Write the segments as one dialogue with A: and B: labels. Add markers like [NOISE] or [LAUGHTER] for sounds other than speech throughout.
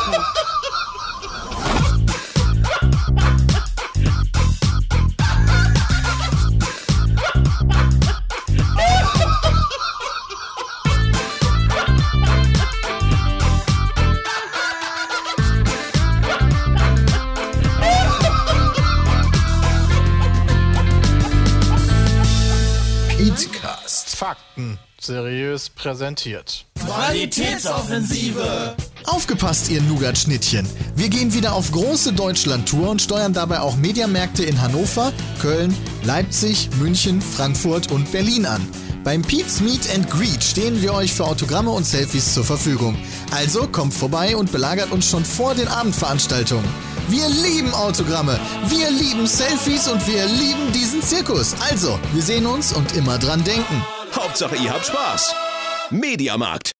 A: Sachen.
B: Podcast.
C: Fakten seriös präsentiert.
D: Qualitätsoffensive.
B: Aufgepasst, ihr Nougat-Schnittchen. Wir gehen wieder auf große Deutschland-Tour und steuern dabei auch Mediamärkte in Hannover, Köln, Leipzig, München, Frankfurt und Berlin an. Beim Pete's Meet and Greet stehen wir euch für Autogramme und Selfies zur Verfügung. Also kommt vorbei und belagert uns schon vor den Abendveranstaltungen. Wir lieben Autogramme, wir lieben Selfies und wir lieben diesen Zirkus. Also, wir sehen uns und immer dran denken.
D: Hauptsache, ihr habt Spaß. Mediamarkt.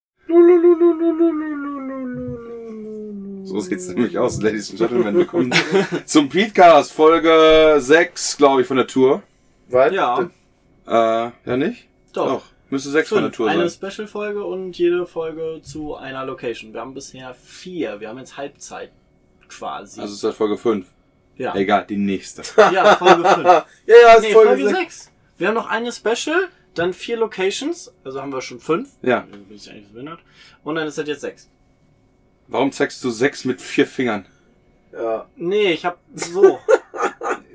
E: So sieht's nämlich aus, Ladies and Gentlemen. Willkommen zum Petecast, Folge 6, glaube ich, von der Tour.
C: Was?
F: Ja,
E: Äh, ja nicht?
F: doch.
E: Müsste 6 von der
F: Fünf.
E: Tour
F: Eine
E: sein.
F: Special-Folge und jede Folge zu einer Location. Wir haben bisher vier. Wir haben jetzt Halbzeit quasi.
E: Also ist das Folge 5.
F: ja.
E: Egal, die nächste.
F: ja, Folge
E: [LAUGHS]
F: 5.
E: Ja, ja,
F: Nee, Folge 6. Wir haben noch eine Special, dann vier Locations. Also haben wir schon fünf.
E: Ja.
F: Bin ich eigentlich verwundert. Und dann ist das jetzt sechs.
E: Warum zeigst du 6 mit vier Fingern?
G: Ja.
F: Nee, ich hab
E: [LAUGHS]
F: so.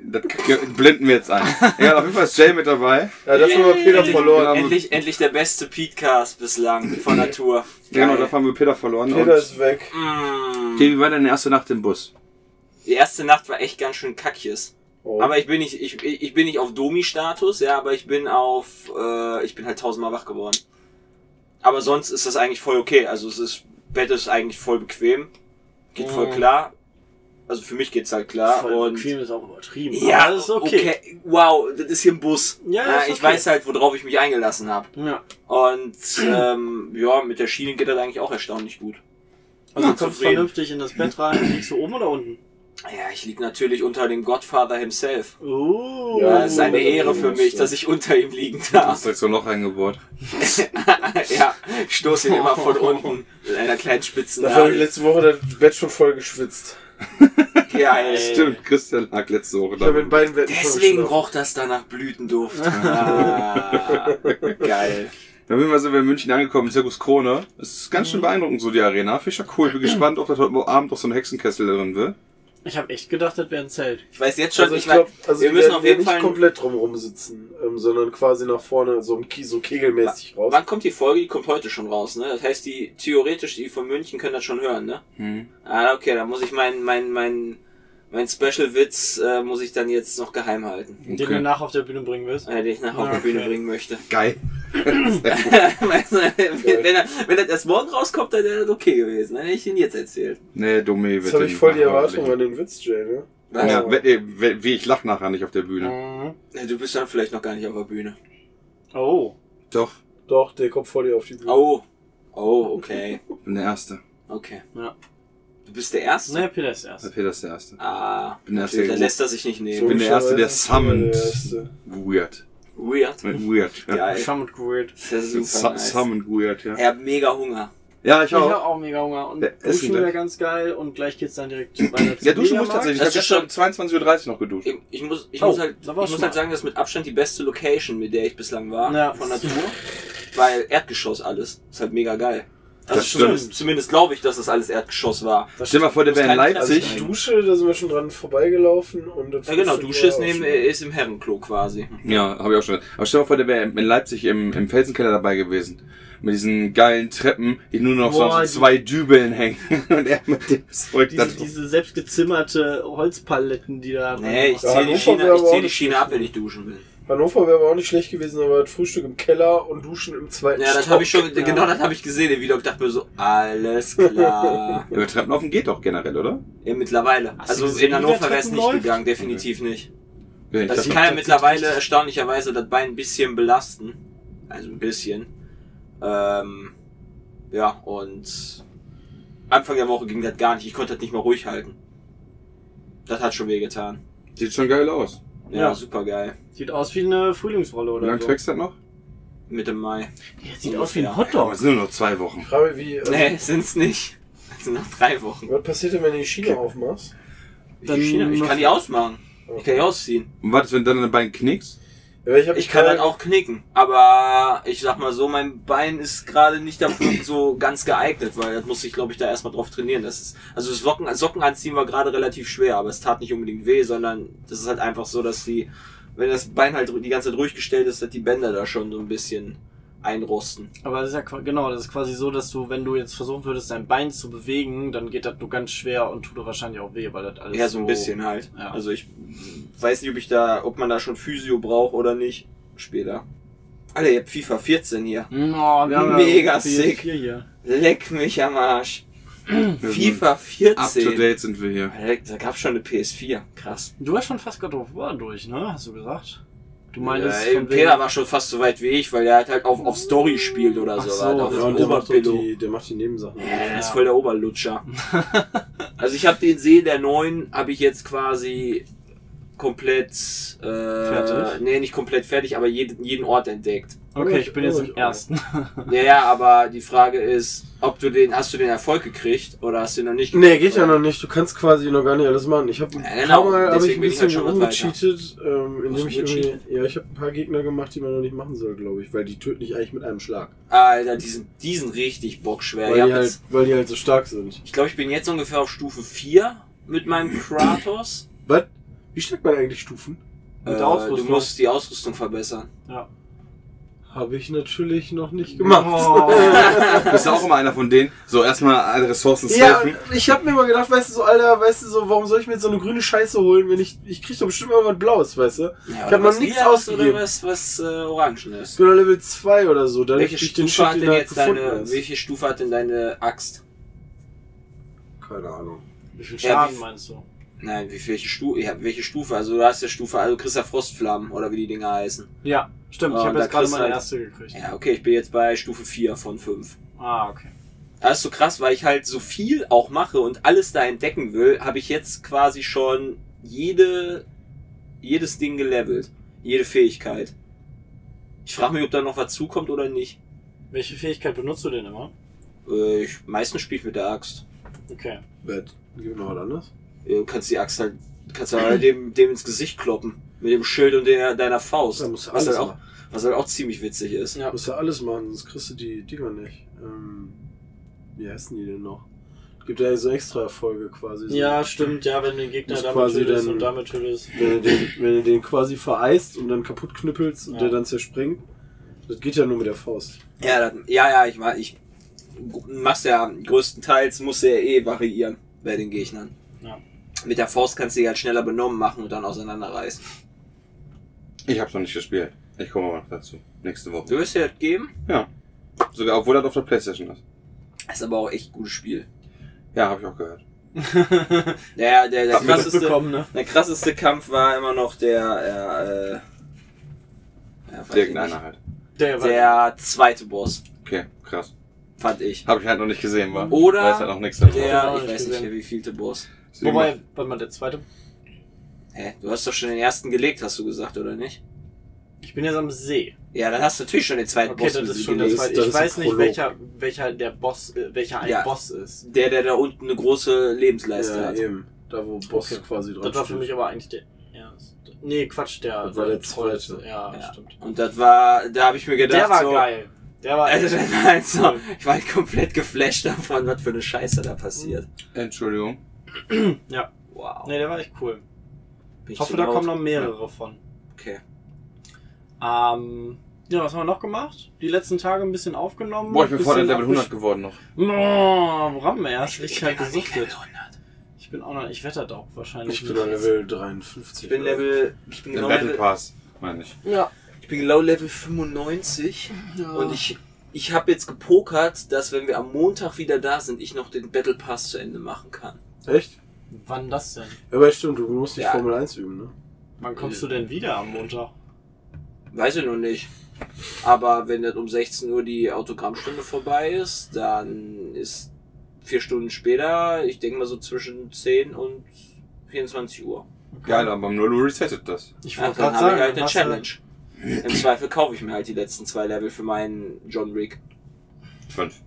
E: Das k- blenden wir jetzt ein. Ja, auf jeden Fall ist Jay mit dabei. Genau,
G: ja, das haben wir Peter verloren.
H: Endlich, endlich der beste Pete-Cast bislang von der Tour.
E: Genau, dafür haben wir Peter verloren.
G: Peter
E: Und
G: ist weg.
H: Mm.
E: Jay, wie war deine erste Nacht im Bus?
H: Die erste Nacht war echt ganz schön kackjes.
G: Oh.
H: Aber ich bin nicht, ich, ich bin nicht auf Domi-Status, ja, aber ich bin auf, äh, ich bin halt tausendmal wach geworden. Aber sonst ist das eigentlich voll okay. Also es ist, Bett ist eigentlich voll bequem. Geht voll klar. Also für mich geht's halt klar.
F: Mhm. Voll
H: und
F: bequem ist auch übertrieben.
H: ja,
F: Aber das ist okay.
H: Wow, das ist hier ein Bus.
F: Ja, das ist
H: Ich
F: okay.
H: weiß halt, worauf ich mich eingelassen habe.
F: Ja.
H: Und ähm, ja, mit der Schiene geht das eigentlich auch erstaunlich gut.
F: Also
H: Ja,
F: du kommst
H: zufrieden.
F: vernünftig in das Bett rein. Liegst du oben oder unten?
H: Ja, ich lieg natürlich unter dem Godfather himself.
F: Uh.
G: Ja,
H: Das ist eine Ehre für mich, dass ich unter ihm liegen
E: Du [LAUGHS] hast
H: darf.
E: direkt so ein Loch reingebohrt.
H: ja, ich stoße ihn immer von unten mit einer kleinen spitzen
G: Dafür habe ich
H: Nadel.
G: letzte Woche das Bett schon voll geschwitzt.
H: Geil.
E: [LAUGHS] Stimmt, Christian lag letzte Woche
G: Ich habe in
E: da.
G: beiden Betten schon
H: Deswegen
G: geschlafen.
H: roch das danach Blütenduft. Ah, geil.
E: Dann sind wir sind wir in München angekommen, Zirkus Krone. Es ist ganz schön beeindruckend, so die Arena. Fischer cool. Bin gespannt, ob das heute Abend auch so ein Hexenkessel drin wird.
F: Ich habe echt gedacht, das wäre ein Zelt.
H: Ich weiß jetzt schon,
G: Also ich
H: ich, mein,
G: glaube, also
H: wir
G: die
H: müssen
G: werden
H: auf jeden
G: nicht
H: Fall.
G: komplett drumrum sitzen, ähm, sondern quasi nach vorne, so, im Ki- so kegelmäßig raus.
H: Wann kommt die Folge? Die kommt heute schon raus, ne? Das heißt, die theoretisch, die von München können das schon hören, ne?
E: Hm.
H: Ah, okay, dann muss ich meinen mein, mein, mein Special-Witz äh, muss ich dann jetzt noch geheim halten.
F: Den du nach auf der Bühne bringen wirst.
H: Äh, den ich nachher auf die
F: Okay.
H: Bühne bringen möchte. [LAUGHS]
E: Geil.
H: Weißt du, wenn, wenn, er, wenn das erst morgen rauskommt, dann wäre das okay gewesen. Dann hätte ich ihn jetzt erzählt.
E: [LAUGHS] nee, dumme
G: Jetzt
E: wird
G: habe
E: den
G: ich voll die
E: nachher
G: Erwartung an
E: ordentlich.
G: den Witz, Jay, ne?
H: Was?
E: Ja, we- eh, we- wie ich lach nachher nicht auf der Bühne.
F: Mhm.
H: Ja, Du bist dann vielleicht noch gar nicht auf der Bühne.
F: Oh.
E: Doch,
G: Doch, der kommt vor dir auf die Bühne.
H: Oh. Oh, okay.
E: ich bin der Erste.
H: Okay.
F: Ja.
H: Du bist der Erste?
F: Ne, Peter ist erst.
E: Der Peter ist der Erste.
H: Ah,
E: Bin der
H: natürlich,
E: Erste.
H: dann lässt er sich nicht
G: So
H: nehmen.
E: bin der Erste, der
G: logischerweise
E: summoned.
G: ist Peter der Erste.
E: Weird.
H: Weird.
E: Mit Weird. Ja.
H: Geil.
F: Schon mit Great.
H: Ist ja
E: Su-
H: super nice.
E: Summon Weird, ja.
H: Ich hab mega Hunger.
E: Ja, ich
F: Ich hab
E: auch.
F: auch mega Hunger. Und
E: Ja, essen
F: Duschen wäre
E: gleich.
F: ganz geil. Und gleich geht's dann direkt weiter
E: Ja, duschen muss tatsächlich. Ich
H: Das
E: habe
H: ist
E: schon 22.30 Uhr noch geduscht.
H: Ich, ich muss, ich
F: Oh,
H: muss, halt, ich
F: da war's
H: muss
F: schon
H: halt
F: mal.
H: sagen, das ist mit Abstand die beste Location, mit der ich bislang war,
F: Ja.
H: von der Tour. Weil Erdgeschoss alles. Ist halt mega geil. Also
E: Das
H: zumindest, zumindest glaube ich, dass das alles Erdgeschoss war.
E: Stell mal vor, der wäre in
H: keine
G: Also
E: Leipzig.
G: die Dusche, da sind wir schon dran vorbeigelaufen und das
H: Ja genau,
G: Frühstück
H: Dusche ist,
G: war auch
H: neben,
G: schon-
H: ist im Herrenklo quasi.
F: Mhm.
E: Ja, habe ich auch schon. Aber stell dir mal vor, der wäre in Leipzig im, im Felsenkeller dabei gewesen. Mit diesen geilen Treppen, die nur noch
F: Boah,
E: so
F: die-
E: aus zwei Dübeln hängen. [LAUGHS] Und er mit dem Zeug da drauf.
F: Diese, diese selbstgezimmerte Holzpaletten, die da.
H: Nee, ich
G: Ja,
H: zähle die
G: Hannover
H: Schiene,
G: wäre
H: ich
G: aber
H: zähl
G: auch
H: die
G: nicht
H: Schiene ab, wenn ich
G: [LAUGHS]
H: duschen will.
G: Hannover wäre aber auch nicht schlecht gewesen, aber das Frühstück im Keller und Duschen im zweiten
H: Ja, das
G: Stock.
H: habe ich schon, genau das habe ich gesehen im Video und dachte mir so, alles klar.
G: [LAUGHS]
E: Ja, aber Treppenlaufen geht doch generell, oder?
H: Ja, mittlerweile.
F: Hast du
H: Also
F: gesehen,
H: in
F: wie
H: Hannover
F: der
H: wäre es nicht
F: Treppenläuft?
H: gegangen, definitiv nicht.
E: Ja, ich
H: Also
E: dachte-
H: ich kann ja mittlerweile erstaunlicherweise das Bein ein bisschen belasten. Also ein bisschen. Ähm, ja, und Anfang der Woche ging das gar nicht. Ich konnte das nicht mal ruhig halten. Das hat schon wehgetan.
E: Sieht schon geil aus.
H: Ja,
F: Ja.
H: super geil.
F: Sieht aus wie eine Frühlingsrolle
E: Wie
F: oder
E: lange
F: so.
E: trägst du das noch?
H: Mitte Mai.
F: Ja, sieht aus wie ein
E: Oh,
F: Hotdog.
E: es sind nur noch zwei Wochen.
G: Frage wie, äh,
H: Nee, sind's nicht. jetzt nach drei Wochen.
G: Was passiert denn, wenn du die Schiene aufmachst?
F: Dann
H: ich kann die ausmachen. Ich kann die ausziehen.
I: Und was, wenn du dann dein Bein knickst?
G: Ja, weil ich, hab
H: Ich kann halt
G: keine-
H: dann auch knicken. Aber ich sag mal so, mein Bein ist gerade nicht dafür [CLEARS THROAT] so ganz geeignet, weil das muss ich, glaube ich, da erstmal drauf trainieren. Das ist, also das Socken, Socken anziehen war gerade relativ schwer, aber es tat nicht unbedingt weh, sondern das ist halt einfach so, dass die, wenn das Bein halt die ganze Zeit ruhig gestellt ist, dass die Bänder da schon so ein bisschen einrosten.
F: Aber das ist ja qua- genau, das ist quasi so, dass du, wenn du jetzt versuchen würdest, dein Bein zu bewegen, dann geht das nur ganz schwer und tut dir wahrscheinlich auch weh, weil das alles.
H: Ja, so ein bisschen halt.
F: Ja.
H: Also ich weiß nicht, ob ich da, ob man da schon Physio braucht oder nicht. Später. Alter, ihr habt FIFA 14 hier.
F: Oh, wir haben
H: Mega
F: ja
H: sick.
F: PS4 Hier.
H: Leck mich am Arsch. FIFA
I: Up to
H: 14.
I: date sind wir hier.
H: Alter, Da gab's schon eine PS4. Krass.
F: Du warst schon fast God of War durch, ne? Hast du gesagt? Du meintest.
H: äh,
F: von wegen-
H: Peter war schon fast so weit wie ich, weil er halt, halt auf, auf Story spielt oder
F: Ach
H: so.
F: so,
H: halt auf
G: Ja,
H: dem
G: und der macht, doch
H: Oberpillow.
G: die, der macht die Nebensachen.
H: Ja, er ist voll
G: [LAUGHS]
H: der Oberlutscher. also ich habe den See der Neuen, habe ich jetzt quasi komplett... Äh,
F: Fertig?
H: Nee, nicht komplett fertig, aber jeden, jeden Ort entdeckt. [LAUGHS]
F: okay, ich bin jetzt im
G: Oh,
F: ersten.
H: Ja, ja, aber die Frage ist, ob du den, hast du den Erfolg gekriegt oder hast du ihn noch nicht
G: Nee, geht ja noch nicht. Du kannst quasi noch gar nicht alles machen. Ich habe ein
H: Ja, genau.
G: paar Mal hab ich
H: Deswegen
G: ein
H: bin ich
G: bisschen
H: halt schon was weiter.
G: rumgecheatet, ähm, indem
H: du
G: ich irgendwie.
H: gecheatet?
G: Ja, ich habe ein paar Gegner gemacht, die man noch nicht machen soll, glaube ich, weil die töten dich eigentlich mit einem Schlag.
H: Alter, die sind, die sind richtig bockschwer. Ich,
G: weil,
H: hab
G: die halt,
H: jetzt-
G: weil die halt so stark sind.
H: ich glaube, ich bin jetzt ungefähr auf Stufe 4
G: [CLEARS THROAT]
H: mit meinem Kratos.
G: Was? Wie steckt man eigentlich Stufen?
H: äh,
F: Mit der Ausrüstung.
H: du musst die Ausrüstung verbessern.
F: ja.
G: Habe ich natürlich noch
F: [LAUGHS]
G: nicht gemacht.
F: Oh.
I: Bist du auch immer einer von denen? So, erstmal alle Ressourcen
G: Ja,
I: safen.
G: ich habe mir immer gedacht, weißt du, so, Alter, weißt du, so, warum soll ich mir jetzt so eine grüne Scheiße holen, wenn ich, ich krieg doch bestimmt irgendwas Blaues, weißt du?
H: Ja,
G: Ich
H: oder
G: hab noch
H: was
G: nichts
H: Lilas
G: ausgegeben.
H: Oder was, was äh, Orangen ist.
G: Ich bin auf Level 2 oder so, dann
H: Welche
G: ich den
H: Stufe, hat
G: den
H: denn
G: du halt
H: jetzt deine,
G: gefunden hast.
H: welche Stufe hat denn deine Axt?
G: Keine Ahnung.
F: Wie viel
H: Ja,
F: Schaden
H: wie-
F: meinst du?
H: Nein, wie, welche, Stu ja, welche Stufe? Also du hast ja Stufe, also du kriegst ja Frostflammen oder wie die Dinger heißen.
F: Ja, stimmt.
H: Oh,
F: ich habe
H: da
F: jetzt gerade
H: kriegst
F: meine
H: halt-
F: erste gekriegt.
H: Ja, okay, ich bin jetzt bei Stufe 4 von 5.
F: Ah, okay.
H: Das ist so krass, weil ich halt so viel auch mache und alles da entdecken will, habe ich jetzt quasi schon jede, jedes Ding gelevelt. Jede Fähigkeit. Ich frage mich, ob da noch was zukommt oder nicht.
F: Welche Fähigkeit benutzt du denn immer?
H: Äh, ich, meistens spiele ich mit der Axt.
F: Okay.
G: Bett. Gibt noch was anderes?
H: Du kannst die Axt halt,
G: [CLEARS THROAT]
H: kannst halt dem, dem ins Gesicht kloppen. Mit dem Schild und der, deiner Faust.
G: Da musst du
H: was,
G: alles
H: halt auch,
G: machen.
H: was halt auch ziemlich witzig ist.
F: Ja.
G: Musst du alles machen, sonst kriegst du die Dinger nicht. Ähm, wie heißen die denn noch? Gibt ja so extra Erfolge quasi. So.
F: Ja, stimmt, ja, wenn du den Gegner
G: Ist
F: damit
G: quasi
F: tötest
G: dann-
F: und damit tötest.
G: Wenn du, den, wenn du den quasi vereist und dann kaputt knüppelst und
F: Ja.
G: der dann zerspringt. Das geht ja nur mit der Faust.
H: Ja, das, ja, ja, ich, mach- ich mach's ja größtenteils, muss ja eh variieren bei den Gegnern.
F: Ja.
H: Mit der Faust kannst du die halt schneller benommen machen und dann auseinanderreißen.
I: Ich hab's noch nicht gespielt. Ich komme aber noch dazu. Nächste Woche.
H: Du wirst dir das geben.
I: Ja. Sogar, obwohl das auf der Playstation ist.
H: Ist aber auch echt ein gutes Spiel.
I: Ja, habe ich auch gehört.
H: Der, der, der,
I: Hab mir das
H: krasseste,
F: Bekommen, ne?
H: der krasseste Kampf war immer noch der, äh, äh, ja, weiß ich
I: Irgendeiner
H: nicht.
I: halt.
F: Der, war-
H: der zweite Boss,
I: Okay, krass.
H: fand ich.
I: Habe ich halt noch nicht gesehen, war.
H: Oder
I: Weiß halt auch nichts davon.
F: hab ich
H: Der,
F: auch
H: ich
F: nicht
H: weiß nicht,
F: gesehen.
H: wie vielte Boss.
I: Deswegen-
F: Wobei, warte mal, der zweite.
H: Hä? Du hast doch schon den ersten gelegt, hast du gesagt, oder nicht?
F: Ich bin jetzt am See.
H: Ja, dann hast du natürlich schon den zweiten
F: Okay,
H: Boss
F: das ist schon der
H: gelegt.
G: das-
F: zweite.
G: das
F: Ich
G: ist ein
F: weiß nicht,
G: Prolog.
F: welcher, welcher der Boss, äh, welcher ein
H: Ja.
F: Boss ist.
H: Der, der da unten eine große Lebensleiste
G: Ja,
H: hat.
G: eben. Da wo Boss
F: Okay.
G: quasi dran
F: Das war für
G: steht.
F: mich aber eigentlich der erste. Nee, Quatsch, der.
G: Das war der zweite.
F: Ja,
H: Ja.
F: stimmt.
H: Und das war, da habe ich mir gedacht,
F: Der war
H: so,
F: geil. Der war
H: [LAUGHS] Also, das war halt so,
F: cool.
H: ich war halt komplett geflasht davon, was für eine Scheiße da passiert.
I: Entschuldigung.
F: Ja.
H: Wow.
F: Nee, der war echt cool.
H: Bin
F: Ich hoffe,
H: so
F: da
H: laut.
F: kommen noch mehrere von.
H: Okay.
F: Ähm, ja, was haben wir noch gemacht? Die letzten Tage ein bisschen aufgenommen.
I: Boah, ich bin
F: bisschen
I: vorher Level 100
F: abgesch-
I: geworden noch.
F: Boah, woran wir erst? Ich bin halt
H: bin nicht Level
F: gesuchtet.
H: 100.
F: Ich bin auch noch, ich wette das auch wahrscheinlich.
G: Ich bin
F: nicht.
G: an Level 53.
H: Ich bin Level, ich bin
I: Den
H: genau
I: Battle
H: Level,
I: Pass, meine ich.
F: Ja.
H: ich bin genau Level 95
F: ja.
H: und ich, ich habe jetzt gepokert, dass wenn wir am Montag wieder da sind, ich noch den Battle Pass zu Ende machen kann.
G: Echt?
F: Wann das denn?
G: Aber stimmt, du musst nicht
H: Ja.
G: Formel 1 üben, ne?
F: Wann kommst du denn wieder am Montag?
H: Weiß ich noch nicht. Aber wenn das um 16 Uhr die Autogrammstunde vorbei ist, dann ist vier Stunden später, ich denke mal so zwischen 10 und 24 Uhr.
I: Geil, aber nur du resettet das.
F: Ich
H: Ja,
F: wollte
H: dann
F: gerade
H: habe
F: sagen,
H: ich halt
F: dann
H: eine
F: hast
H: Challenge. Im Zweifel kaufe ich mir halt die letzten zwei Level für meinen John Wick.
I: Fünf.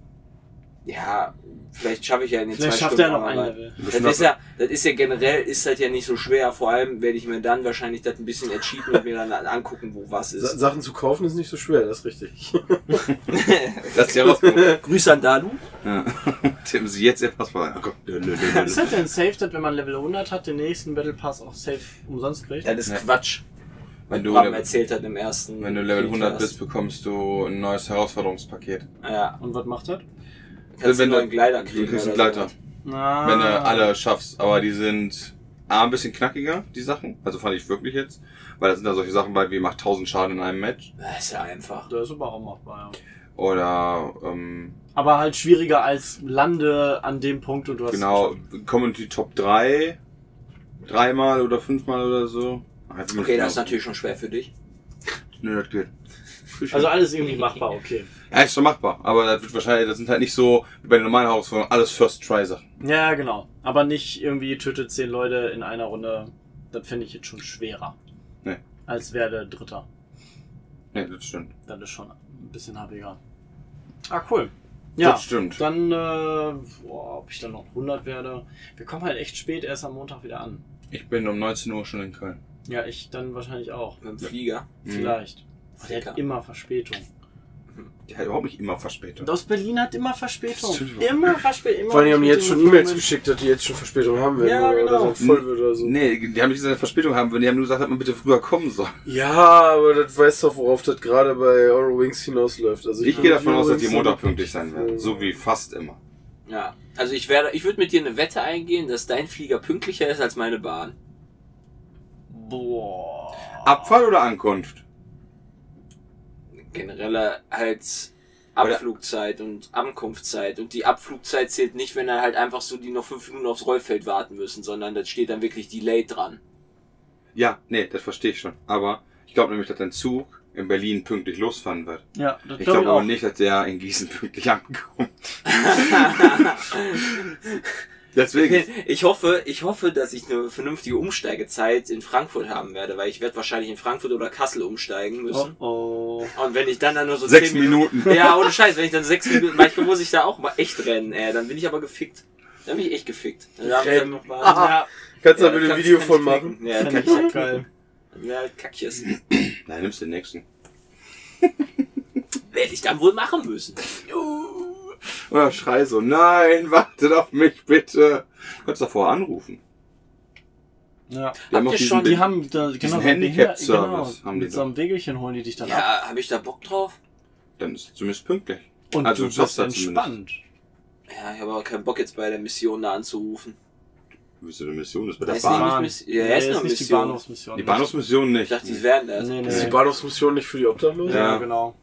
H: Ja, vielleicht schaffe ich ja in den
F: Vielleicht
H: zwei
F: schafft
H: Stunden
F: er noch
H: auch
F: ein
H: mal.
F: Level.
H: Das ist, ja, das ist ja generell, ist das ja nicht so schwer. Vor allem werde ich mir dann wahrscheinlich das ein bisschen ercheaten und mir dann angucken, wo was
G: Sa
H: ist.
G: Sachen zu kaufen ist nicht so schwer, das ist richtig.
I: Das ist ja was. Ja.
H: Grüße an Dalu.
I: Tippen Sie jetzt etwas mal. Oh Gott.
F: Ist das denn safe, dass wenn man Level 100 hat, den nächsten Battle Pass auch safe umsonst kriegt?
H: Das ist
E: Ja.
H: Quatsch.
E: Wenn
H: Du
E: du,
H: Bram
E: Level,
H: erzählt hat im ersten.
E: wenn du Level 100
H: Podcast.
E: bist, bekommst du ein neues Herausforderungspaket.
H: Ja,
F: Und was macht das?
H: kannst
E: wenn
H: du
E: du-
H: einen Gleiter
E: Du
H: kriegen.
E: kriegst einen
H: oder so.
E: Gleiter.
H: Ah.
F: Na,
E: Wenn du alle schaffst. Aber die sind A, ein bisschen knackiger, die Sachen. Also fand ich wirklich jetzt. Weil da sind da solche Sachen bei, wie macht 1000 Schaden in einem Match.
H: Das ist ja einfach.
F: Das ist aber auch machbar, ja.
E: Oder, ähm,
F: Aber halt schwieriger als Lande an dem Punkt und du hast
E: genau, kommen die Top 3. Dreimal oder fünfmal oder so. Einfach mal
H: Okay, das ist
E: genau.
H: natürlich schon schwer für dich.
E: Nö, das geht.
F: Also alles irgendwie machbar, okay.
E: Ja, ist schon machbar. Aber das wird wahrscheinlich, das sind halt nicht so, wie bei den normalen Herausforderungen, alles First-Try-Sachen.
F: Ja, genau. Aber nicht irgendwie tötet zehn Leute in einer Runde. Das finde ich jetzt schon schwerer.
E: Nee.
F: Als wäre der Dritter.
E: Ja, das stimmt.
F: Das ist schon ein bisschen happiger. Ah, cool. Ja,
E: Das stimmt.
F: dann, äh, boah, ob ich dann noch 100 werde. Wir kommen halt echt spät erst am Montag wieder an.
E: Ich bin um 19 Uhr schon in Köln.
F: Ja, ich dann wahrscheinlich auch.
H: Mit dem Flieger.
F: Vielleicht. Der
H: Lecker.
F: hat immer Verspätung.
E: Die hat überhaupt nicht immer Verspätung.
F: Und aus Berlin hat immer Verspätung.
E: Das stimmt.
F: Immer Verspätung. Immer
G: Vor allem haben die jetzt schon
F: Verspätung.
G: E-Mails geschickt, dass die jetzt schon Verspätung haben werden
F: Ja,
G: oder,
F: genau.
G: oder so voll wird oder so.
E: Also- Nee, die haben nicht gesagt, dass Verspätung haben, würden. die haben nur gesagt, dass man bitte früher kommen soll.
G: Ja, aber das weißt doch, worauf das gerade bei Euro Wings hinausläuft. Also
E: Ich
G: bin
E: gehe
G: mit
E: davon
G: Euro
E: aus, dass die
G: Wings
E: Montag
G: so-
E: pünktlich sein werden. So wie fast immer.
H: Ja. Also ich werde, ich würde mit dir eine Wette eingehen, dass dein Flieger pünktlicher ist als meine Bahn.
F: Boah.
E: Abfall oder Ankunft?
H: generelle halt
E: Oder-
H: Abflugzeit und Ankunftszeit. Und die Abflugzeit zählt nicht, wenn dann halt einfach so die noch fünf Minuten aufs Rollfeld warten müssen, sondern das steht dann wirklich Delayed dran.
E: Ja, nee, das verstehe ich schon. Aber ich glaube nämlich, dass dein Zug in Berlin pünktlich losfahren wird.
F: Ja, das
E: Ich
F: glaube
E: glaube
F: ich
E: aber
F: auch.
E: nicht, dass der in Gießen pünktlich angekommen ist.
H: [LAUGHS]
E: Deswegen.
H: Ich hoffe, ich hoffe, dass ich eine vernünftige Umsteigezeit in Frankfurt haben werde, weil ich werde wahrscheinlich in Frankfurt oder Kassel umsteigen müssen.
F: Oh, oh.
H: Und wenn ich dann, dann nur so
E: Sechs
H: zehn Minuten.
E: Minuten.
H: Ja, ohne Scheiß, wenn ich dann sechs Minuten, manchmal muss ich da auch mal echt rennen, ey, dann bin ich aber gefickt. Dann bin ich echt gefickt. Dann darf ich dann noch warten.
F: Ja,
G: Kannst du da
H: Ja,
G: bitte ein
H: kannst-
G: Video
H: kann
G: von
H: ich
G: machen?
H: knicken. Ja,
F: fände
H: kann
F: ich ja geil.
H: ich, ja, Kackjes.
E: Nein, nimmst den nächsten.
H: Werde ich dann wohl machen müssen.
E: Oder Oh, schrei so, nein, wartet auf mich bitte. Du kannst davor anrufen.
F: Ja.
E: Die haben
H: Habt
E: auch
H: ihr
E: diesen
H: schon-
E: Be-
F: Die haben da genau, so ein
E: Handicap-Service
F: Behinder-
E: haben die
F: mit so einem Wegelchen holen die dich dann ab.
H: Ja, habe ich da Bock drauf?
E: Dann ist es zumindest pünktlich.
F: Und
E: also
F: du
E: du
F: bist
E: schaffst das
F: entspannt.
H: Ja, ich habe aber keinen Bock jetzt bei der Mission da anzurufen.
E: Du bist ja der Mission, das ist bei
H: Da
E: der
H: ist nicht
E: Bahn.
H: mit Miss- Ja, ist
F: ist
H: noch
F: nicht die
H: Mission.
F: Bahnhofsmission.
E: Die Bahnhofsmission nicht.
H: Ich dachte, die werden das.
F: Nee, nee.
G: Ist die Bahnhofsmission nicht für die Obdachlosen?
F: Ja,
E: Ja.
F: genau.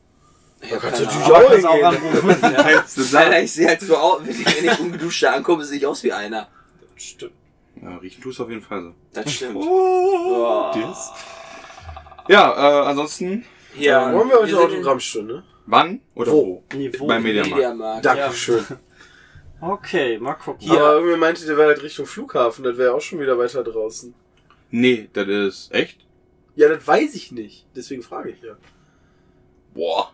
H: Ich hab
G: Kannst
H: keine
G: du natürlich
H: Ahnung.
G: auch
F: kannst auch
G: hingehen.
F: anrufen.
E: [LAUGHS]
F: ja.
H: [LAUGHS]
E: Kannst du
H: Alter,
E: sagen.
H: ich sehe halt so aus, wenn ich, wenn ich ungeduscht da ankomme, sehe ich aus wie einer.
F: Stimmt.
E: Ja, riechen tust du auf jeden Fall so.
H: Das stimmt.
E: Oh,
H: Dies.
E: Ja, äh, ansonsten,
H: Ja,
G: Wollen wir heute
H: sind
G: Autogrammstunde?
E: wann oder wo?
F: Niveau.
E: Beim
H: im
E: Mediamarkt.
G: [LAUGHS]
H: Mediamarkt.
G: Dankeschön.
F: Okay, mal gucken.
H: Hier.
G: Aber irgendwer meinte, der wäre halt Richtung Flughafen, das wäre auch schon wieder weiter draußen.
E: Nee, das ist echt?
G: Ja, das weiß ich nicht. Deswegen frage ich ja.
E: Boah.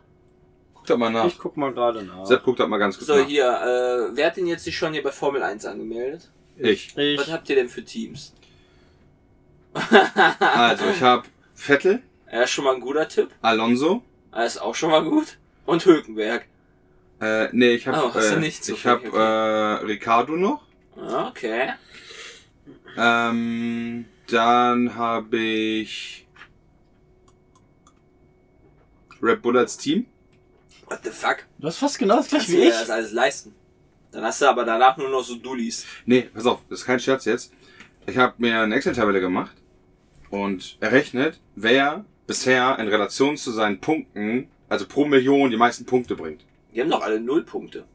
E: Guck da mal nach.
F: Ich guck mal gerade nach.
E: Sepp, guck da mal ganz kurz
H: So,
E: nach.
H: hier, äh, wer hat denn jetzt sich schon hier bei Formel 1 angemeldet?
E: Ich.
F: Ich,
H: Was habt ihr denn für Teams?
E: Also, ich habe Vettel,
H: Ja, schon mal ein guter Tipp.
E: Alonso.
H: Ah, ist auch schon mal gut. Und Hülkenberg.
E: Äh, nee, ich habe
H: Oh, hast du
E: äh,
H: nicht so
E: ich
H: viel,
E: hab,
H: okay.
E: äh, Ricardo noch.
H: Ah, Okay.
E: Ähm, dann habe ich Red Bull als Team.
H: What the fuck?
F: du hast fast genau das
H: Kannst
F: gleiche
H: du
F: wie
H: dir
F: ich.
H: das alles leisten? Dann hast du aber danach nur noch so Dullis.
E: Nee, pass auf, das ist kein Scherz jetzt. Ich habe mir eine Excel-Tabelle gemacht und errechnet, wer bisher in Relation zu seinen Punkten, also pro Million, die meisten Punkte bringt.
H: Die haben doch alle Nullpunkte.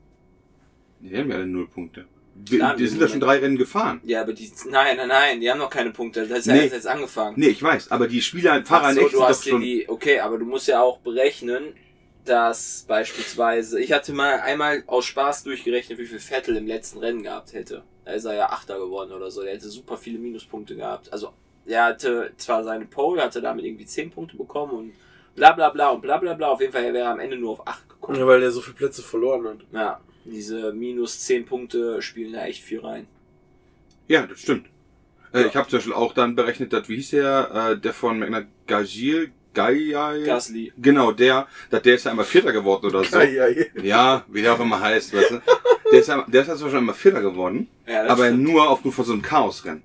E: Die haben ja alle null Punkte. Die,
H: Klar,
E: die sind ja schon drei Rennen gefahren.
H: Ja, aber die. Nein, nein, nein, die haben noch keine Punkte. Das ist ja
E: Nee.
H: erst jetzt angefangen.
E: Nee, ich weiß, aber die Spieler, Fahrer
H: Ach
E: in
H: so,
E: echt
H: du
E: sind
H: hast
E: doch
H: dir
E: schon.
H: die. Okay, aber du musst ja auch berechnen, dass beispielsweise. Ich hatte mal einmal aus Spaß durchgerechnet, wie viel Vettel im letzten Rennen gehabt hätte. Da ist er ja Achter geworden oder so. Der hätte super viele Minuspunkte gehabt. Also, er hatte zwar seine Pole, hatte damit irgendwie 10 Punkte bekommen und bla bla bla und bla bla bla. Auf jeden Fall wäre er am Ende nur auf 8 gekommen.
G: Ja, weil der so viele Plätze verloren hat.
H: Ja, Diese minus 10 Punkte spielen da echt viel rein.
E: Ja, das stimmt. Äh, Ich habe zum Beispiel auch dann berechnet, dass, wie hieß der, äh, der von Magna Gagil,
G: Mhm.
E: Gaiai?
H: Gasly.
E: Genau, der, dass der ist ja einmal Vierter geworden oder so. Ja, wie der auch immer heißt, weißt du. Der ist, ja, der ist ja zum Beispiel einmal Vierter geworden,
H: Ja, das
E: aber
H: stimmt.
E: nur aufgrund von so einem Chaosrennen.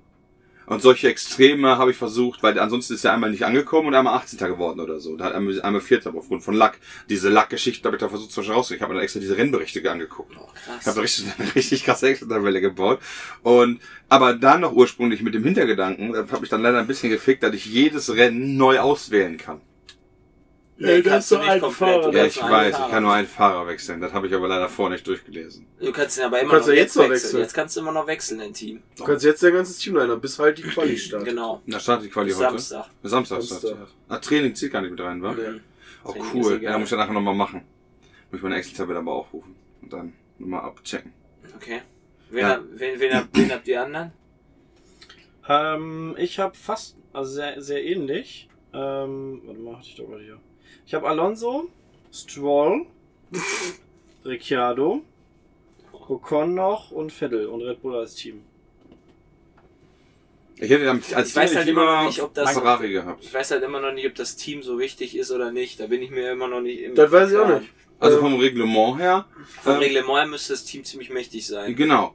E: Und solche Extreme habe ich versucht, weil ansonsten ist er einmal nicht angekommen und einmal 18. geworden oder so. Und hat einmal, einmal Vierter aber aufgrund von Lack. Diese Lack-Geschichten habe ich da versucht zu rauszukriegen. Ich habe mir dann extra diese Rennberichte angeguckt. Ich
H: Oh, krass.
E: habe richtig, [LAUGHS] eine richtig krasse Excel-Tabelle gebaut. Und, aber dann noch ursprünglich mit dem Hintergedanken, das hat mich dann leider ein bisschen gefickt, dass ich jedes Rennen neu auswählen kann.
H: Nee,
G: Ey, das
H: kannst
G: ist
H: du
G: so
H: nicht
G: ein
H: komplett.
G: Fahrer.
H: Du
E: Ja,
H: kannst
E: ich
H: nur einen
E: weiß,
H: Fahrer.
E: ich kann nur einen Fahrer wechseln. Das habe ich aber leider vorher nicht durchgelesen.
H: Du kannst ihn aber immer
G: kannst
H: noch
G: ja jetzt
H: jetzt
G: noch
H: wechseln.
G: wechseln.
H: Jetzt kannst du immer noch wechseln, dein Team.
G: Du kannst jetzt dein ganzes Team leider, bis halt die Quali startet.
H: Genau.
E: Da startet die Quali
H: Bis
E: heute.
H: Samstag. Mhm.
E: Samstag.
G: Samstag.
E: Samstag. Ah, Training zählt gar nicht mit rein, wa?
G: Nee.
E: Oh,
H: Training ist
E: cool.
H: egal.
E: Ja, muss ich dann nachher nochmal machen. Muss ich meine Excel-Tabelle aber aufrufen. Und dann nochmal abchecken.
H: Okay. Wen,
E: Ja.
H: hab- wen, wen, hab- wen habt ihr anderen?
F: Ähm, ich habe fast also sehr, sehr ähnlich. Ähm, warte mal, hatte ich doch mal hier. Ich habe Alonso, Stroll, [LAUGHS] Ricciardo, Ocon noch und Vettel und Red Bull als Team.
E: Ich hätte dann als
H: Ich weiß
E: Team
H: halt
E: hätte ich
H: immer noch nicht, ob das-
E: Ferrari gehabt.
H: Ich weiß halt immer noch nicht, ob das Team so wichtig ist oder nicht. Da bin ich mir immer noch nicht im
G: Das weiß ich auch
H: Klaren.
G: nicht.
E: Also
G: Ähm,
E: vom Reglement her.
H: Vom
E: ähm,
H: Reglement her müsste das Team ziemlich mächtig sein.
E: Genau.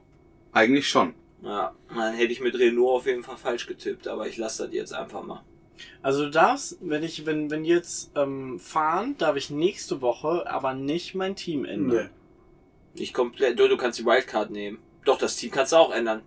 E: Eigentlich schon.
H: Ja, dann hätte ich mit Renault auf jeden Fall falsch getippt, aber ich lasse das jetzt einfach mal.
F: Also du darfst, wenn ich, wenn, wenn die jetzt ähm, fahren, darf ich nächste Woche aber nicht mein Team ändern.
G: Nee.
H: Ich komplett, du, du kannst die Wildcard nehmen. Doch, das Team kannst du auch ändern.